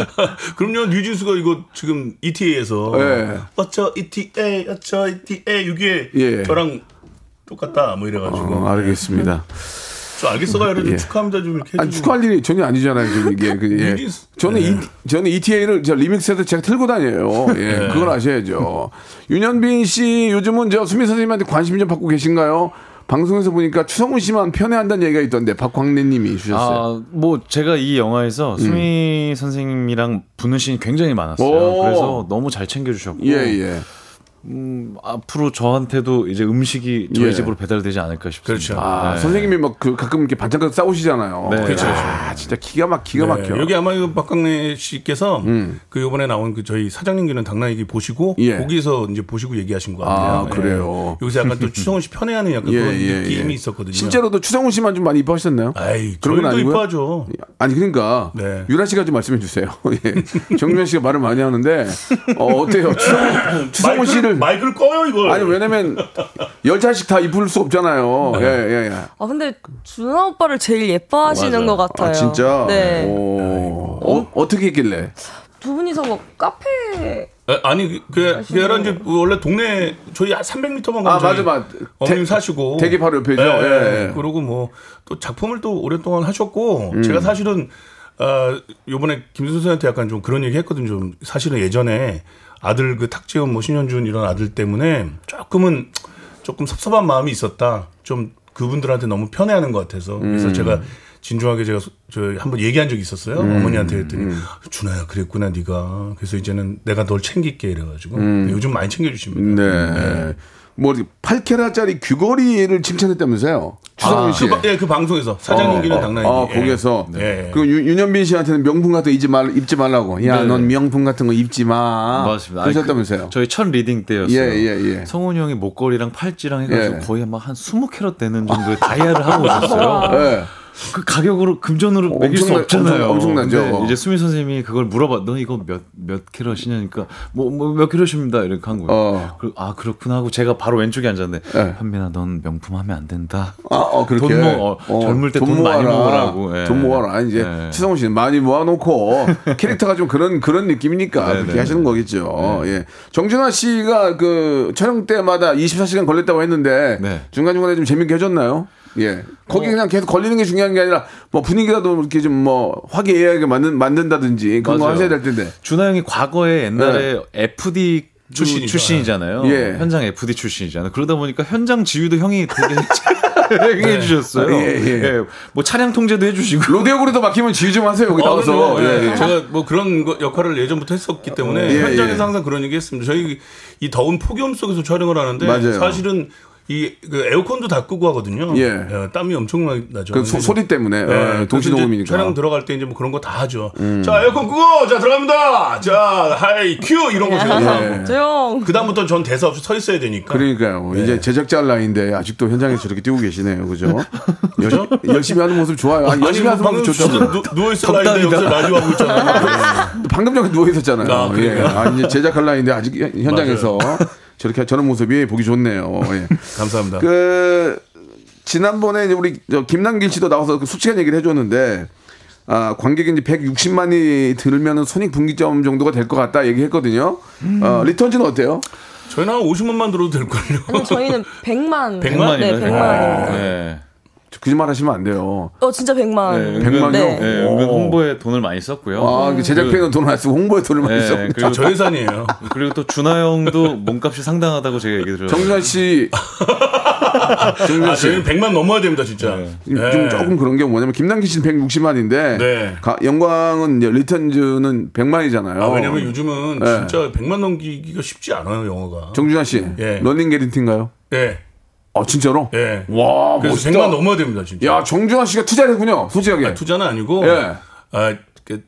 G: 그럼요 뉴진스가 이거 지금 ETA에서
C: 예.
G: 어쩌 ETA 어쩌 ETA 이게
C: 예.
G: 저랑 똑같다 뭐 이래가지고
C: 어, 알겠습니다.
G: 저 알겠어가 그래도
C: 예.
G: 축하합니다 좀 이렇게
C: 아니,
G: 해주고.
C: 축하할 일이 전혀 아니잖아요. 지금 이게
G: 그러니까
C: 그, 예.
G: 뉴진스.
C: 저는 이, 저는 ETA를 저 리믹스에서 제가 틀고 다녀요.
G: 네.
C: 예, 그걸 아셔야죠. 윤현빈 씨 요즘은 저 수미 선생님한테 관심 좀 받고 계신가요? 방송에서 보니까 추성훈 씨만 편애한다는 얘기가 있던데 박광래님이 주셨어요.
I: 아, 뭐 제가 이
C: 음.
I: 영화에서 수미 선생님이랑 부는 씬이 굉장히 많았어요.
C: 오.
I: 그래서 너무 잘 챙겨주셨고
C: 예 예.
I: 앞으로 저한테도 이제 음식이 저희
C: 예.
I: 집으로 배달되지 않을까 싶습니다.
G: 그렇죠.
C: 아
I: 네.
C: 선생님이 막 그 가끔 이렇게 반짝반짝 싸우시잖아요.
I: 네. 그렇죠, 네.
C: 아 진짜 기가 막 기가
G: 예,
C: 막혀. 음.
G: 여기 아마 이 박강래 씨께서 그 요번에 나온 그 저희 사장님기는 당나귀 보시고
C: 예.
G: 거기서 이제 보시고 얘기하신 것
C: 아,
G: 같아요.
C: 그래요.
G: 예. 여기서 약간
C: [laughs]
G: 또 추성훈 씨 편애하는 약간
C: 예,
G: 그런
C: 예,
G: 느낌이
C: 예.
G: 있었거든요.
C: 실제로도 추성훈 씨만 좀 많이 이뻐하셨나요?
G: 아이,
C: 그런 건
G: 저희도
C: 아니고요?
G: 이뻐하죠.
C: 아니 그러니까
G: 네.
C: 유라 씨가 좀 말씀해 주세요. [laughs] 예. 정준 씨가 말을 많이 하는데 어, 어때요? 추성훈, 추성훈
G: 마이크를-
C: 씨를
G: 마이크를 꺼요 이걸.
C: 아니 왜냐면 열 차씩 다 입을 수 없잖아요.
G: 네.
C: 예예 예. 예.
H: 아 근데 준하 오빠를 제일 예뻐하시는 것 같아요.
C: 아 진짜.
H: 네.
C: 오. 어, 어떻게 했길래? 네.
H: 두 분이서 뭐 카페
G: 에, 아니 그 걔랑 이제 원래 동네 저희 300m만
C: 아, 맞아,
G: 저희
C: 맞아.
G: 어머님
C: 대-
G: 사시고
C: 댁이 바로 옆이죠.
G: 예, 예.
C: 예.
G: 그러고 뭐 또 작품을 또 오랫동안 하셨고
C: 음.
G: 제가 사실은 아 요번에 김수선한테 약간 좀 그런 얘기 했거든 좀 사실은 예전에 아들 그 탁재훈 뭐 신현준 이런 아들 때문에 조금은 조금 섭섭한 마음이 있었다. 좀 그분들한테 너무 편애하는 것 같아서
C: 음.
G: 그래서 제가 진중하게 제가 소- 저 한번 얘기한 적이 있었어요
C: 음.
G: 어머니한테 했더니 준아야 그랬구나 네가 그래서 이제는 내가 널 챙길게 이래가지고
C: 음.
G: 요즘 많이 챙겨주십니다.
C: 네. 뭐 8캐럿짜리 귀걸이를 칭찬했다면서요? 추성훈 씨.
G: 그, 바- 예, 그 방송에서 사장님 기는 당나귀.
C: 아,
G: 예.
C: 거기에서.
G: 네.
C: 그 유- 윤현빈 씨한테는 명품 같은 거 입지, 말, 입지 말라고. 야,
I: 네.
C: 넌 명품 같은 거 입지 마.
I: 맞습니다. 아니,
C: 그러셨다면서요?
I: 그, 저희 첫 리딩 때였어요.
C: 예, 예, 예.
I: 성훈이 형이 목걸이랑 팔찌랑 해가지고
C: 예.
I: 거의 막 한 20캐럿 되는 정도의 다이아를 하고 오셨어요.
C: 예.
I: 그 가격으로 금전으로 매길 수
C: 어, 엄청나-
I: 없잖아요.
C: 엄청- 엄청나죠.
I: 근데 이제 수미 선생님이 그걸 물어봐. 너 이거 몇 몇 캐럿이냐니까 뭐 뭐 몇 캐럿입니다. 이렇게 한 거예요.
C: 어.
I: 그- 아 그렇구나 하고 제가 바로 왼쪽에 앉았는데
C: 예.
I: 현민아 넌 명품 하면 안 된다.
C: 아, 어, 그렇게.
I: 돈 모아. 젊을 때돈 많이 모으라고. 예.
C: 돈 모아라. 아니, 이제,
I: 예.
C: 치성훈 씨는 많이
I: [laughs]
C: 모아놓고, 캐릭터가 좀 그런, 그런 느낌이니까,
I: 네,
C: 그렇게
I: 네,
C: 하시는 거겠죠. 예. 정준하 씨가 그, 촬영 때마다 24시간 걸렸다고 했는데,
I: 네. 어.
C: 중간중간에 좀 재밌게 해줬나요? 예. 거기 그냥 계속 걸리는 게 중요한 게 아니라, 뭐, 분위기라도 이렇게 좀 뭐, 화기애애하게 만든, 만든다든지, 그런 거
I: 맞아요.
C: 하셔야 될 텐데.
I: 준하 형이 과거에 옛날에 FD
G: 출신이죠.
I: 출신이, 잖아요
C: 네. 예.
I: 현장 FD 출신이잖아요. 그러다 보니까 현장 지휘도 형이 되게 [laughs] 잘 해주셨어요.
C: 예, 예.
I: 뭐 차량 통제도
G: 네,
I: 해주시고.
C: 로데오 그루도 막히면 지휘 좀 하세요, 여기
G: 어,
C: 나와서.
I: 네,
G: 그럼요. 예,
C: 예, 예.
G: 제가 뭐 그런 거- 역할을 예전부터 했었기 때문에
C: 예,
G: 현장에서
C: 예.
G: 항상 그런 얘기 했습니다. 저희 이 더운 폭염 속에서 촬영을 하는데
C: 맞아요.
G: 사실은 이 그 에어컨도 다 끄고 하거든요.
C: 예.
G: 땀이 엄청 많이 나죠.
C: 그 소, 리 때문에,
I: 네,
G: 예,
C: 예, 동시
G: 그래서 이제
C: 녹음이니까. 음.
G: 촬영 들어갈 때 이제 뭐 그런 거 다 하죠. 자 에어컨 끄고 자 들어갑니다. 자 하이 큐 이런 거 제가 다 하고.
H: 조용.
G: 그다음부터 전 대사 없이 서 있어야 되니까.
C: 그러니까요. 네. 이제 제작자 라인데 아직도 현장에서 저렇게 뛰고 계시네요. [laughs] 그죠? 열- 열심히 하는 모습 좋아요. 아니, 열심히 하는 모습 좋죠.
G: 누워 있어 라인데 여기서 라디오 하고 있잖아.
C: 방금 전에 누워 있었잖아요.
G: 아,
C: 예.
G: 그래요?
C: 아, 이제 제작할 라인데 아직 현- 현장에서 [laughs] 저렇게 저런 모습이 보기 좋네요. 예.
G: 감사합니다.
C: [laughs] 그 지난번에 이제 우리 저 김남길 씨도 나와서 그 솔직한 얘기를 해줬는데 아 관객이 이제 160만이 들면은 손익 분기점 정도가 될 것 같다 얘기했거든요. 어, 리턴즈는 어때요?
G: 저희는 한 50만만 들어도 될 걸요.
C: 그
H: 아니, 저희는 100만.
G: 100만?
H: 네, 100만.
I: 네.
C: 거짓말 하시면 안 돼요.
H: 어, 진짜 100만.
I: 네,
C: 100만
I: 은근-
C: 요?
I: 네, 은근 홍보에 돈을 많이 썼고요.
C: 아, 그 제작비는 돈을 안 쓰고 홍보에 돈을 많이
I: 네,
C: 쓰고.
I: 그리고,
G: 저 예산이에요.
I: 그리고 또 준하
C: [laughs]
I: 형도 몸값이 상당하다고 제가 얘기 들었어요.
C: 정준하
G: [laughs]
C: 씨,
G: 아, 저희는 100만 넘어야 됩니다, 진짜.
C: 좀,
G: 예.
C: 좀 네. 조금 그런 게 뭐냐면 김남기 씨는 160만인데
G: 네.
C: 영광은 이제 리턴즈는 100만이잖아요.
G: 아, 왜냐면 요즘은
C: 예.
G: 진짜 100만 넘기기가 쉽지 않아요, 영어가.
C: 정준하 씨,
G: 예.
C: 런닝 게린티인가요?
G: 예.
C: 아 진짜로?
G: 예.
C: 와
G: 그래서
C: 멋있다.
G: 100만 넘어야 됩니다, 진짜.
C: 야 정준하 씨가 투자했군요. 솔직하게.
G: 투자는 아니고.
C: 예.
G: 아, 그,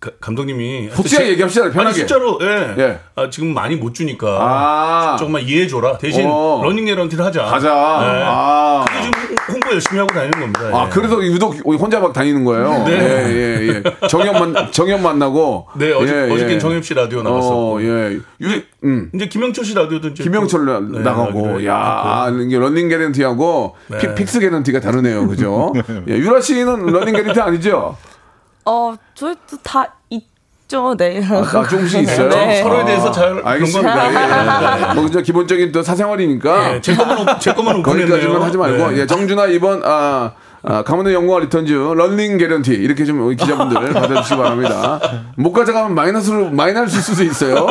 G: 가- 감독님이.
C: 솔직하게
G: 제-
C: 얘기합시다, 편하게.
G: 아니, 진짜로, 예.
C: 예.
G: 아, 지금 많이 못 주니까.
C: 아
G: 조금만 이해해줘라. 대신
C: 어.
G: 러닝 개런티를 하자.
C: 가자.
G: 예.
C: 아.
G: 그게 지금 홍보 열심히 하고 다니는 겁니다. 예.
C: 아, 그래서 유독 혼자 막 다니는 거예요.
G: 네.
C: 예, 예, 예. 정엽 만, 정엽 만나고.
G: 네, 어저
C: 예,
G: 어저께
C: 예.
G: 정엽 씨 라디오 나갔었고.
C: 어, 예. 유, 음.
G: 이제 김영철 씨 라디오도 이제
C: 그 김영철 나-
G: 네,
C: 나가고
G: 라디오에
C: 야 아, 이게 런닝 개런티하고
G: 네.
C: 피- 픽스 개런티가 다르네요
G: [laughs]
C: 그죠 예, 유라 씨는 런닝 개런티 아니죠
H: 어, 저희도 다 있죠, 네.
C: 아,
H: [laughs]
C: 조금씩 있어요
H: 네.
G: 서로에 대해서 잘 네,
C: 아, 알겠습니다 예, 예. 뭐 그저 기본적인 또 사생활이니까
G: 예, 제 것만 없- 제 것만
C: [laughs] 거기까지만
G: 오픈했네요.
C: 하지 말고
G: 네.
C: 예, 정준하 이번 아, 아 가문의 영광 리턴즈 런닝 개런티 이렇게 좀 우리
G: [laughs]
C: 기자분들 받아주시기 바랍니다 못 가져가면 마이너스로 마이너스 수수 있어요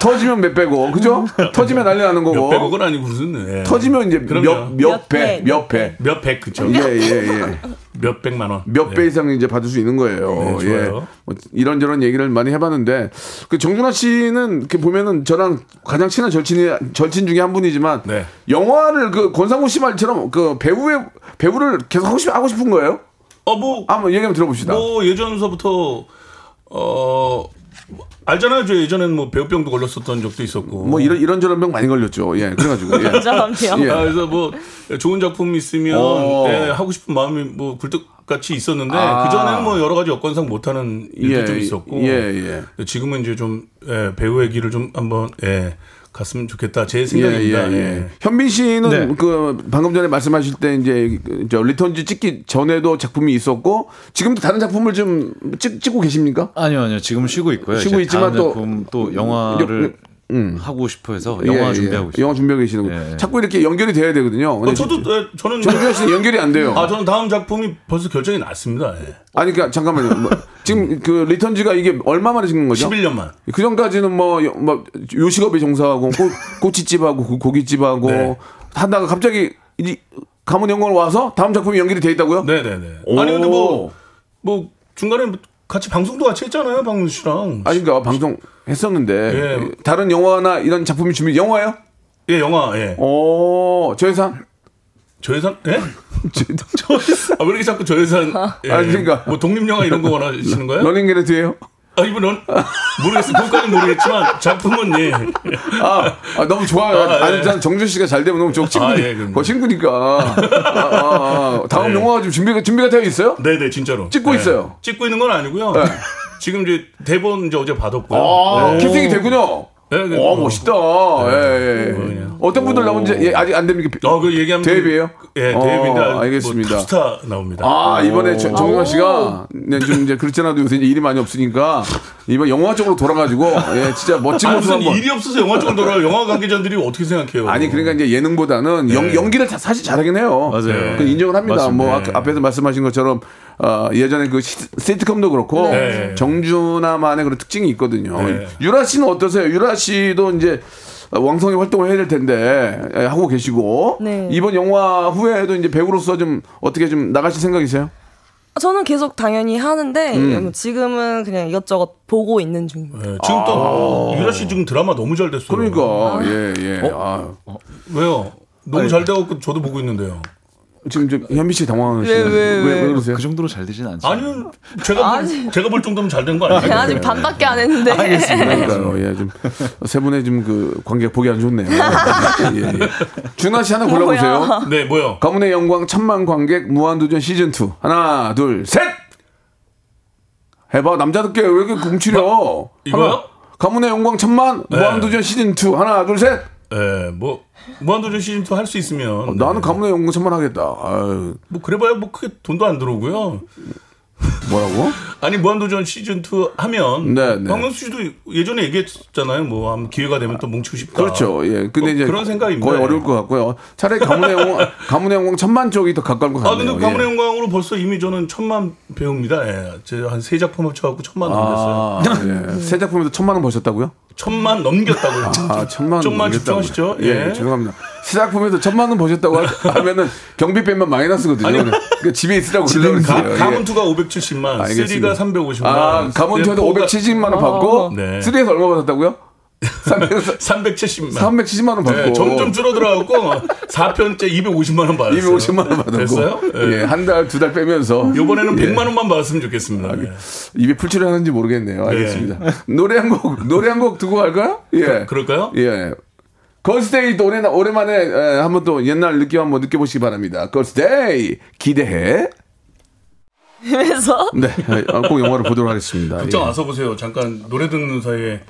C: 터지면 몇 배고 그죠 터지면 난리 나는 거고
G: 백억은 아니고 무슨 예.
C: 어? 터지면 이제
G: 그럼요.
C: 몇몇
H: 몇
C: 배
H: 배.
C: 몇 배
G: 몇백 그쵸?
C: 예
G: [laughs]
C: 예, 예.
G: 몇 백만 원. 예.
C: 몇 배 이상 이제 받을 수 있는 거예요.
G: 네,
C: 예.
G: 좋아요.
C: 뭐 이런저런 얘기를 많이 해봤는데 그 정준하 씨는 이렇게 보면은 저랑 가장 친한 절친이 절친 중에 한 분이지만
G: 네.
C: 영화를 그 권상우 씨 말처럼 그 배우의 배우를 계속 하고 싶 하고 싶은 거예요?
G: 어뭐
C: 한번 얘기 한번 들어봅시다.
G: 뭐 예전서부터 어 알잖아요. 저 예전엔 뭐 배우병도 걸렸었던 적도 있었고.
C: 뭐 이런 이런저런 병 많이 걸렸죠. 예,
G: [laughs]
C: 그래가지고 예.
H: 감사합니다.
C: 예.
G: 아, 그래서 뭐 좋은 작품 있으면
C: 어.
G: 예, 하고 싶은 마음이 뭐 굴뚝같이 있었는데
C: 아.
G: 그 전에는 뭐 여러 가지 여건상 못하는 일도
C: 예,
G: 좀 있었고
C: 예, 예.
G: 지금은 이제 좀 예, 배우의 길을 좀 한번 예, 갔으면 좋겠다. 제
C: 예,
G: 생각입니다.
C: 예,
G: 예,
C: 예. 현빈 씨는
I: 네.
C: 그 방금 전에 말씀하실 때 이제 저 리턴즈 찍기 전에도 작품이 있었고 지금도 다른 작품을 좀 찍, 찍고 계십니까?
I: 아니요, 아니요. 지금 쉬고 있고요.
C: 쉬고
I: 이제
C: 있지만
I: 다음
C: 또- 음.
I: 작품 또 영화를 하고 싶어 해서 영화
C: 예, 예.
I: 준비하고 있어요.
C: 영화 준비하고 계시는 거.
I: 예.
C: 자꾸 이렇게 연결이 돼야 되거든요.
G: 어, 저도 예, 저는
C: 정준현 씨는 연결이 안 돼요.
G: 아 저는 다음 작품이 벌써 결정이 났습니다. 예.
C: 아니 그러니까 잠깐만요. 뭐, 지금 그 리턴즈가 이게 얼마 만에 찍는 거죠?
G: 11년만.
C: 그 전까지는 뭐, 요- 뭐 요식업에 종사하고 고, 꼬치집하고 고- 고깃집하고
G: 네.
C: 하다가 갑자기 이 가문 연구원 와서 다음 작품이 연결이 돼 있다고요?
G: 네네네.
C: 오.
G: 아니 근데 뭐, 뭐 중간에 뭐 같이 방송도 같이 했잖아요, 박문 씨랑.
C: 아니 그러니까 방송 했었는데
G: 예.
C: 다른 영화나 이런 작품이 준비 영화요?
G: 예, 영화. 예.
C: 어. 오, 저 예산.
G: 저 예산?
C: [laughs]
G: 예?
C: 저
G: [laughs]
C: 예산.
G: 아, 왜 이렇게 자꾸 저 예산? 예.
C: 아니, 그러니까.
G: 뭐 독립영화 이런 거 원하시는 거예요?
C: 러닝게레 뒤에요?
G: 아, 이분 은 모르겠어요. 그것까지는 모르겠지만 작품은 예.
C: 아, 아, 너무 좋아요.
G: 아,
C: 아,
G: 예.
C: 일단 정준 씨가 잘 되면 너무 좋고 친구니,
G: 아, 예, 그럼요.
C: 어, 친구니까. 아, 아, 아. 다음
G: 네.
C: 영화가 지금 준비가 준비가 되어 있어요?
G: 네네, 진짜로.
C: 찍고
G: 예.
C: 있어요. 네.
G: 찍고 있는 건 아니고요. 지금 이제 대본 이제 어제 받았고요.
C: 아,
G: 네.
C: 캐스팅이 되군요.
G: 네, 네.
C: 와 멋있다. 예, 예.
G: 그냥.
C: 어떤 분들 나온지 예, 아직 안 됩니까?
G: 어, 그 얘기하면
C: 대회예요?
G: 예, 대회입니다.
C: 어, 알겠습니다.
G: 뭐 탑스타 나옵니다.
C: 아 이번에 정- 정용화 씨가
G: 어.
C: 네, 좀 이제 그렇잖아도 요새 이제 일이 많이 없으니까 이번 영화 쪽으로 돌아가지고 예 진짜 멋진 모습
G: 아니, 무슨
C: 한번.
G: 일이 없어서 영화 쪽으로 돌아가 영화 관계자들이 어떻게
I: 네.
G: 생각해요?
C: 아니 그러니까 이제 예능보다는 연, 연기를 자- 사실 잘하긴 해요.
I: 맞아요.
C: 그 인정을 합니다.
I: 맞습니다.
C: 뭐
I: 네.
C: 아까 앞에서 말씀하신 것처럼 어, 예전에 그 시- 시트콤도 그렇고
G: 네.
C: 정준하만의 그런 특징이 있거든요.
G: 네.
C: 유라 씨는 어떠세요? 유라 씨도 이제 왕성히 활동을 해야 될 텐데 예, 하고 계시고
H: 네.
C: 이번 영화 후에도 이제 배우로서 좀 어떻게 좀 나가실 생각이세요?
H: 저는 계속 당연히 하는데
C: 음.
H: 뭐 지금은 그냥 이것저것 보고 있는 중입니다.
C: 네.
G: 예, 지금 또 유라 씨 지금 드라마 너무 잘 됐어요.
C: 아. 그러니까 예예 아,
I: 어?
G: 왜요? 너무 잘 돼갖고 저도 보고 있는데요.
C: 지금 좀 현미 씨 당황하시네요.
H: 예, 왜, 왜, 왜?
C: 그러세요?
I: 그 정도로 잘 되진 않죠.
G: 아니요, 제가 볼,
H: 아니.
G: 제가 볼 정도면 잘 된 거 아니에요?
H: 그냥 아직 반밖에 안 했는데.
C: 그러니까요.
G: 네.
C: 예, 좀 세 분의 좀 그 관계가 보기 안 좋네요. 예, 예. 준하 씨 하나 골라보세요.
G: 네, 뭐요?
C: 가문의 영광 천만 관객 무한도전 시즌 2 하나 둘 셋. 해봐 남자들께 왜 이렇게 궁치려?
G: 뭐? 이거요? 네.
C: 하나. 가문의 영광 천만 무한도전 시즌 2 하나 둘 셋.
G: 예, 뭐 무한도전 시즌 2 할 수 있으면
C: 어, 나는 그- 가문의 영광 천만 하겠다. 아유,
G: 뭐 그래봐야 뭐 크게 돈도 안 들어오고요.
C: 뭐라고?
G: 아니 무한도전 시즌 2 하면
C: 네, 네.
G: 박명수 씨도 예전에 얘기했잖아요. 뭐 한번 기회가 되면 또 뭉치고 싶다.
C: 그렇죠. 예. 근데
G: 뭐
C: 이제
G: 그런 생각입니다.
C: 거의
G: 예.
C: 어려울 것 같고요. 차라리 가문의 영광 가문의 영광 천만 쪽이 더 가까울 것
G: 아
C: 같네요.
G: 근데 가문의
C: 예.
G: 영광으로 벌써 이미 저는 천만 배우입니다. 예. 제가 한 세 작품 합쳐갖고 천만
C: 아,
G: 넘겼어요.
C: 예. 새 작품에서 천만 원 버셨다고요?
G: 천만 넘겼다고요.
C: 아, 천만 원.
G: 좀만
C: 넘겼다고요.
G: 집중하시죠.
C: 예.
G: 예.
C: 죄송합니다. 시작품에서 천만 원 버셨다고
G: [laughs]
C: 하- 하면은 경비빼면 마이너스거든요. 그러니까 집에 있으라고 그러는 거예요. 예.
G: 가문투가 570만,
C: 알겠습니다.
G: 3가 350만.
C: 아, 가문투에도 570만 원 받고
G: 네.
C: 3에서 얼마
G: [laughs]
C: 받았다고요? 300에서
G: 370만.
C: 370만 원 받고
G: 네, 점점 줄어들어갖고 4편째 250만 원 받았어요.
C: 250만 원 받았고
G: 됐어요?
C: 예,
G: 예.
C: 한 달 두 달 빼면서
G: 이번에는 100만 원만 받았으면 좋겠습니다. 네.
C: 입에 풀칠을 하는지 모르겠네요. 알겠습니다. 노래 한 곡 노래 한 곡 듣고 갈까요? 예.
G: 그럴까요?
C: 예. 걸스데이 또 오랜, 오랜만에 에, 한번 또 옛날 느낌 한번 느껴보시기 바랍니다. 걸스데이 기대해.
H: [laughs] 그래서
C: 네, 아, 꼭 영화를 보도록 하겠습니다.
G: 걱정
C: 예.
G: 와서 보세요. 잠깐 노래 듣는 사이에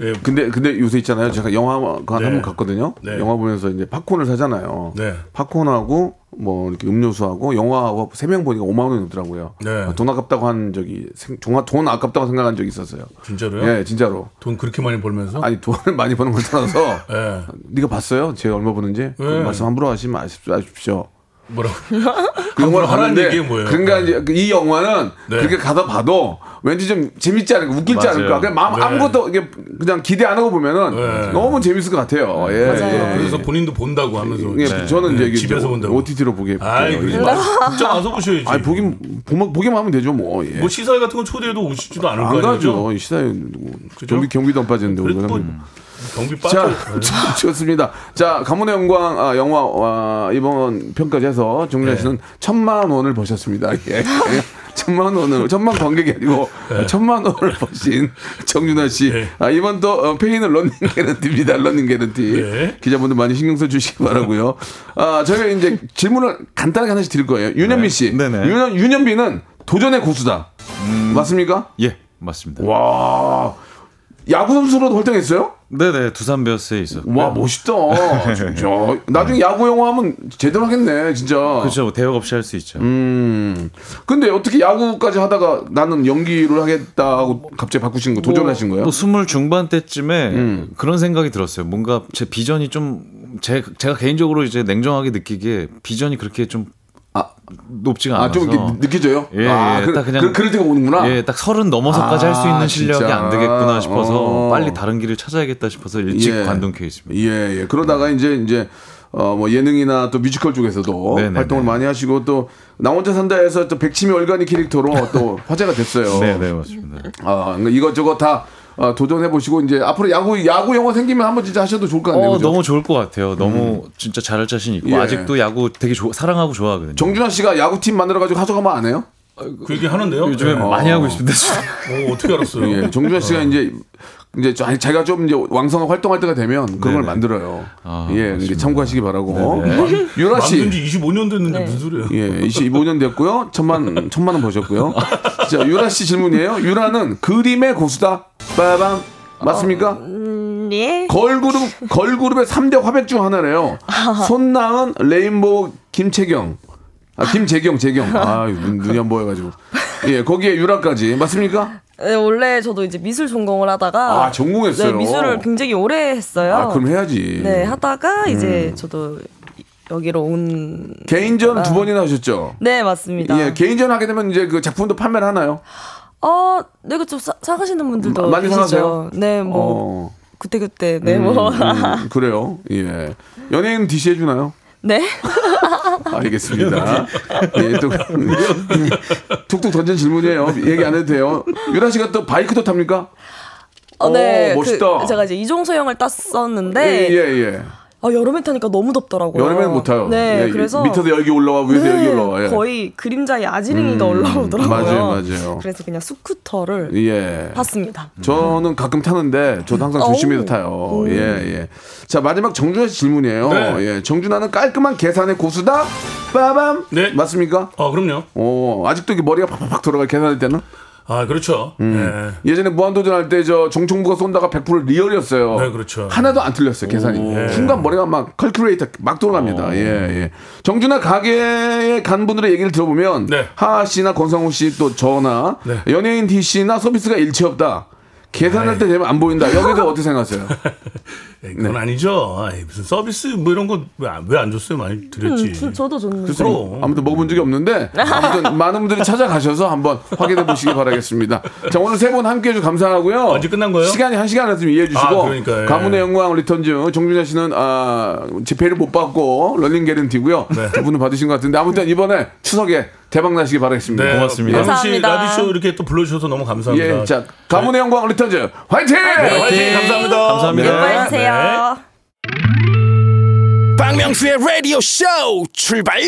G: 예,
C: 근데 근데 요새 있잖아요. 제가 영화관
G: 네.
C: 한 번 갔거든요.
G: 네.
C: 영화 보면서 이제 팝콘을 사잖아요.
G: 네.
C: 팝콘하고 뭐 이렇게 음료수하고 영화하고 세 명 보니까 5만 원이 넘더라고요.
G: 네.
C: 아, 돈 아깝다고 한 적이 생- 종아- 돈 아깝다고 생각한 적이 있었어요.
G: 진짜로요?
C: 예, 진짜로.
G: 돈 그렇게 많이 벌면서
C: 아니 돈을 많이 버는 걸 떠나서
G: 예.
C: 네가 봤어요? 제가 얼마 버는지 그
G: 네.
C: 말씀 함부로 하시면 아쉽, 아쉽죠.
G: 뭐라고?
C: 그 영화를
G: 하라는
C: 하는데
G: 얘기예요, 뭐예요?
C: 그러니까
G: 네.
C: 이제 그이 영화는
G: 네.
C: 그렇게 가서 봐도 왠지 좀 재밌지 않을까 웃길지
I: 맞아요.
C: 않을까 그냥 마음
G: 네.
C: 아무것도 이게 그냥 기대 안 하고 보면은
G: 네.
C: 너무 재밌을 것 같아요. 예, 예,
G: 그래서
C: 예.
G: 본인도 본다고 하면서
C: 예, 저는 이제
G: 네,
C: 이게
G: 집에서
C: 이제
G: 본다고.
C: OTT로 보게
G: 아이
C: 볼게요.
G: 그러지
C: 예.
G: 마. 걱정 와서 보셔야지.
C: 아니 뭐 보긴 보면 보기만 하면 되죠 뭐. 예.
G: 뭐 시사회 같은 거 초대해도 오시지도 않을
C: 안
G: 거 아니죠?
C: 가죠. 이 시사에 뭐 경비 경비도 안 빠지는데
G: 그래도 또
C: 오늘은.
G: 경비
C: [laughs] 자,
G: 빠져.
C: 좋습니다. 자, 가문의 영광 아, 영화 아, 이번 편까지 해서 정준하 씨는
G: 네.
C: 천만 원을 버셨습니다. 예. 천만 원을 천만 관객이 아니고 천만 원을 버신 정준하 씨.
G: 네.
C: 아, 이번 또 어, 페인은 런닝 개런티입니다. 런닝 개런티.
G: 네.
C: 기자분들 많이 신경 써 주시기 바라고요. 아, 저희가 이제 질문을 간단하게 하나씩 드릴 거예요. 윤현미 씨.
I: 네네. 음.
C: 윤현, 윤현미는 도전의 고수다. 맞습니까?
I: 예, 맞습니다.
C: 와. 야구 선수로도 활동했어요?
I: 네네 두산 베어스에 있어.
C: 와 멋있다. 진짜.
I: [laughs]
C: 나중에 야구 영화 하면 제대로 하겠네 진짜.
I: 네. 그렇죠 대역 없이 할 수 있죠.
C: 음. 근데 어떻게 야구까지 하다가 나는 연기를 하겠다고 갑자기 바꾸신 거 도전하신 거예요?
I: 뭐 스물 중반 때쯤에
C: 음.
I: 그런 생각이 들었어요. 뭔가 제 비전이 좀 제, 제가 개인적으로 이제 냉정하게 느끼기에 비전이 그렇게 좀
C: 아,
I: 높지가 않아서
C: 아, 좀 이렇게 느껴져요?
I: 예,
C: 아,
I: 예,
C: 그,
I: 딱 그냥-
C: 그, 그럴 때가 오는구나.
I: 예, 딱 서른 넘어서까지
C: 아,
I: 할 수 있는 실력이
C: 진짜.
I: 안 되겠구나 싶어서
C: 어.
I: 빨리 다른 길을 찾아야겠다 싶어서 일찍
C: 예.
I: 관둔 케이스입니다.
C: 예, 예. 그러다가 이제 이제 어 뭐 예능이나 또 뮤지컬 쪽에서도
I: 네네네.
C: 활동을 많이 하시고 또 나 혼자 산다에서 또 백치미 얼간이 캐릭터로
I: [laughs]
C: 또 화제가 됐어요.
I: 네, 네 맞습니다.
C: 아, 그러니까 이것저것 다 어, 도전해 보시고 이제 앞으로 야구 야구 영화 생기면 한번 진짜 하셔도 좋을 것 같네요.
I: 어,
C: 그죠? 음.
I: 너무 좋을 것 같아요. 너무 진짜 잘할 자신 있고
C: 예.
I: 아직도 야구 되게 좋아- 사랑하고 좋아하거든요.
C: 정준하 씨가 야구팀 만들어 가지고 하소가마 안 해요?
G: 그 얘기 하는데요.
I: 요즘에
G: 네.
I: 많이 하고 있습니다. 지금.
G: 어, 어떻게 알았어요?
C: 뭐. 예, 정준하 씨가 이제 이제 자- 자기가 좀 이제 왕성한 활동할 때가 되면 그런 걸 만들어요.
I: 아,
C: 예, 이제 참고하시기 바라고. 어? 유라 씨.
G: 만든 지 25년 됐는데
H: 네.
G: 무슨 소리예요?
C: 예, 25년 됐고요. 천만 천만 원 버셨고요. 자, 유라 씨 질문이에요. 유라는 그림의 고수다. 빠밤. 맞습니까?
H: 음, 예.
C: 걸그룹 걸그룹의 3대 화백 중 하나래요. 손나은, 레인보우, 김채경. 아, 김재경, 재경. 아, 눈, 눈이 안 보여 가지고. 예, 거기에 유라까지. 맞습니까?
H: 네, 원래 저도 이제 미술 전공을 하다가
C: 아, 전공했어요.
H: 네, 미술을 굉장히 오래 했어요.
C: 아, 그럼 해야지.
H: 네, 하다가
C: 음.
H: 이제 저도 여기로 온.
C: 개인전
H: 어.
C: 두 번이나 하셨죠?
H: 네, 맞습니다.
C: 예, 개인전 하게 되면 이제 그 작품도 판매를 하나요?
H: 어, 네, 그좀 사가시는 분들도
C: 마- 많이
H: 계시죠.
C: 사가세요?
H: 네, 뭐
C: 어.
H: 그때 그때 네, 뭐 [laughs]
C: 음, 그래요. 예. 연예인 DC 해주나요?
H: 네. [laughs]
C: 알겠습니다. 예, 또 [laughs] 툭툭 던진 질문이에요. 얘기 안 해도 돼요. 유라 씨가 또 바이크도 탑니까?
H: 어, 네.
C: 오, 멋있다.
H: 그 제가 이제 이종소 형을 땄었는데
C: 예, 예, 예.
H: 아, 여름에 타니까 너무 덥더라고요.
C: 여름에는 못 타요.
H: 네,
C: 예,
H: 그래서
C: 밑에도 열기 올라와 위에도
H: 네,
C: 열기 올라와. 예. 음.
H: 거의 그림자의 아지랭이가 올라오더라고요.
C: 맞아요, 맞아요.
H: 그래서 그냥 스쿠터를
C: 예.
H: 탔습니다.
C: 저는 가끔 타는데 저도 항상
H: 음.
C: 조심해서 타요. 예, 예. 자, 마지막 정준하 씨 질문이에요.
G: 네.
C: 예. 정준하는 깔끔한 계산의 고수다. 빠밤.
G: 네.
C: 맞습니까?
G: 아, 그럼요.
C: 오, 아직도 이게 머리가 팍팍팍 돌아가 계산할 때는
G: 아, 그렇죠.
C: 음.
G: 네.
C: 예전에 무한도전 할 때 저 정총부가 쏜다가 100% 리얼이었어요.
G: 네, 그렇죠. 예.
C: 하나도 안 틀렸어요, 계산이. 순간 머리가 막 컬큘레이터 막 돌아갑니다. 예, 예. 정준하 가게에 간 분들의 얘기를 들어보면
G: 네.
C: 하하 씨나 권상우 씨 또 저나
G: 네.
C: 연예인 D 씨나 서비스가 일치 없다. 계산할 때 되면 안 보인다. 여기서 어떻게 생각하세요?
G: 네, 그건 아니죠. 아이, 무슨 서비스 뭐 이런 거 왜 안 줬어요? 많이 드렸지.
H: 저, 저도 좋는데.
G: 그럼.
C: 아무튼 먹어본 적이 없는데
G: [laughs]
C: 아무튼 많은 분들이 찾아가셔서 한번 확인해 보시기 바라겠습니다. 자 오늘 세 분 함께해 주셔서 감사하고요.
G: 언제 끝난 거예요?
C: 시간이 한 시간 안으면 이해해 주시고
G: 아, 그러니까, 예.
C: 가문의 영광 리턴즈 정준하 씨는 아, 집회를 못 받고 런닝 게런티고요.
G: 네.
C: 두 분은 받으신 것 같은데 아무튼 이번에 추석에 대박 나시기 바라겠습니다.
G: 네,
I: 고맙습니다.
G: 박명수 씨
H: 감사합니다.
G: 라디오 이렇게 또 불러주셔서 너무 감사합니다. 네,
C: 예, 자 가문의 영광 리턴즈 화이팅!
G: 화이팅! 감사합니다.
I: 감사합니다.
H: 예뻐해 주세요.
G: 네.
D: 박명수의 라디오 쇼 출발!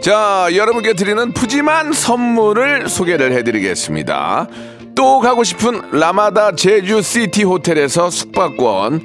A: 자, 여러분께 드리는 푸짐한 선물을 소개를 해드리겠습니다. 또 가고 싶은 라마다 제주 시티 호텔에서 숙박권,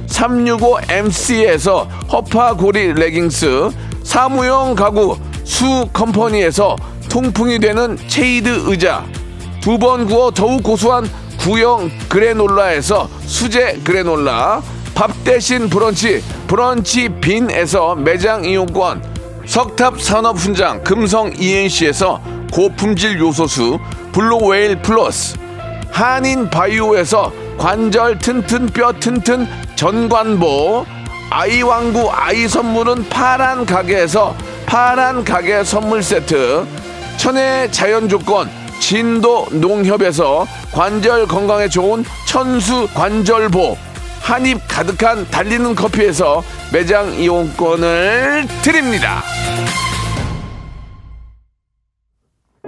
C: 365MC에서 허파고리 레깅스 사무용 가구 수컴퍼니에서 통풍이 되는 체이드 의자 두 번 구워 더욱 고소한 구형 그래놀라에서 수제 그래놀라 밥 대신 브런치 브런치 빈에서 매장 이용권 석탑 산업훈장 금성 ENC에서 고품질 요소수 블루웨일 플러스 한인 바이오에서 관절 튼튼 뼈 튼튼 전관보 아이 왕구 아이 선물은 파란 가게에서 파란 가게 선물 세트 천혜 자연 조건 진도 농협에서 관절 건강에 좋은 천수 관절보 한입 가득한 달리는 커피에서 매장 이용권을 드립니다.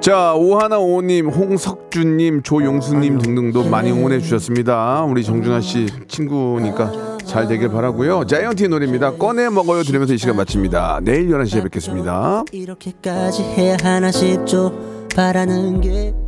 C: 자, 오하나오님, 홍석준님, 조용수님 등등도 많이 응원해 주셨습니다. 우리 정준하 씨 친구니까 잘 되길 바라고요. 자이언티 노래입니다. 꺼내 먹어요 들으면서 이 시간 마칩니다. 내일 11시에 뵙겠습니다.
J: 이렇게까지 해야 하나 싶죠 바라는 게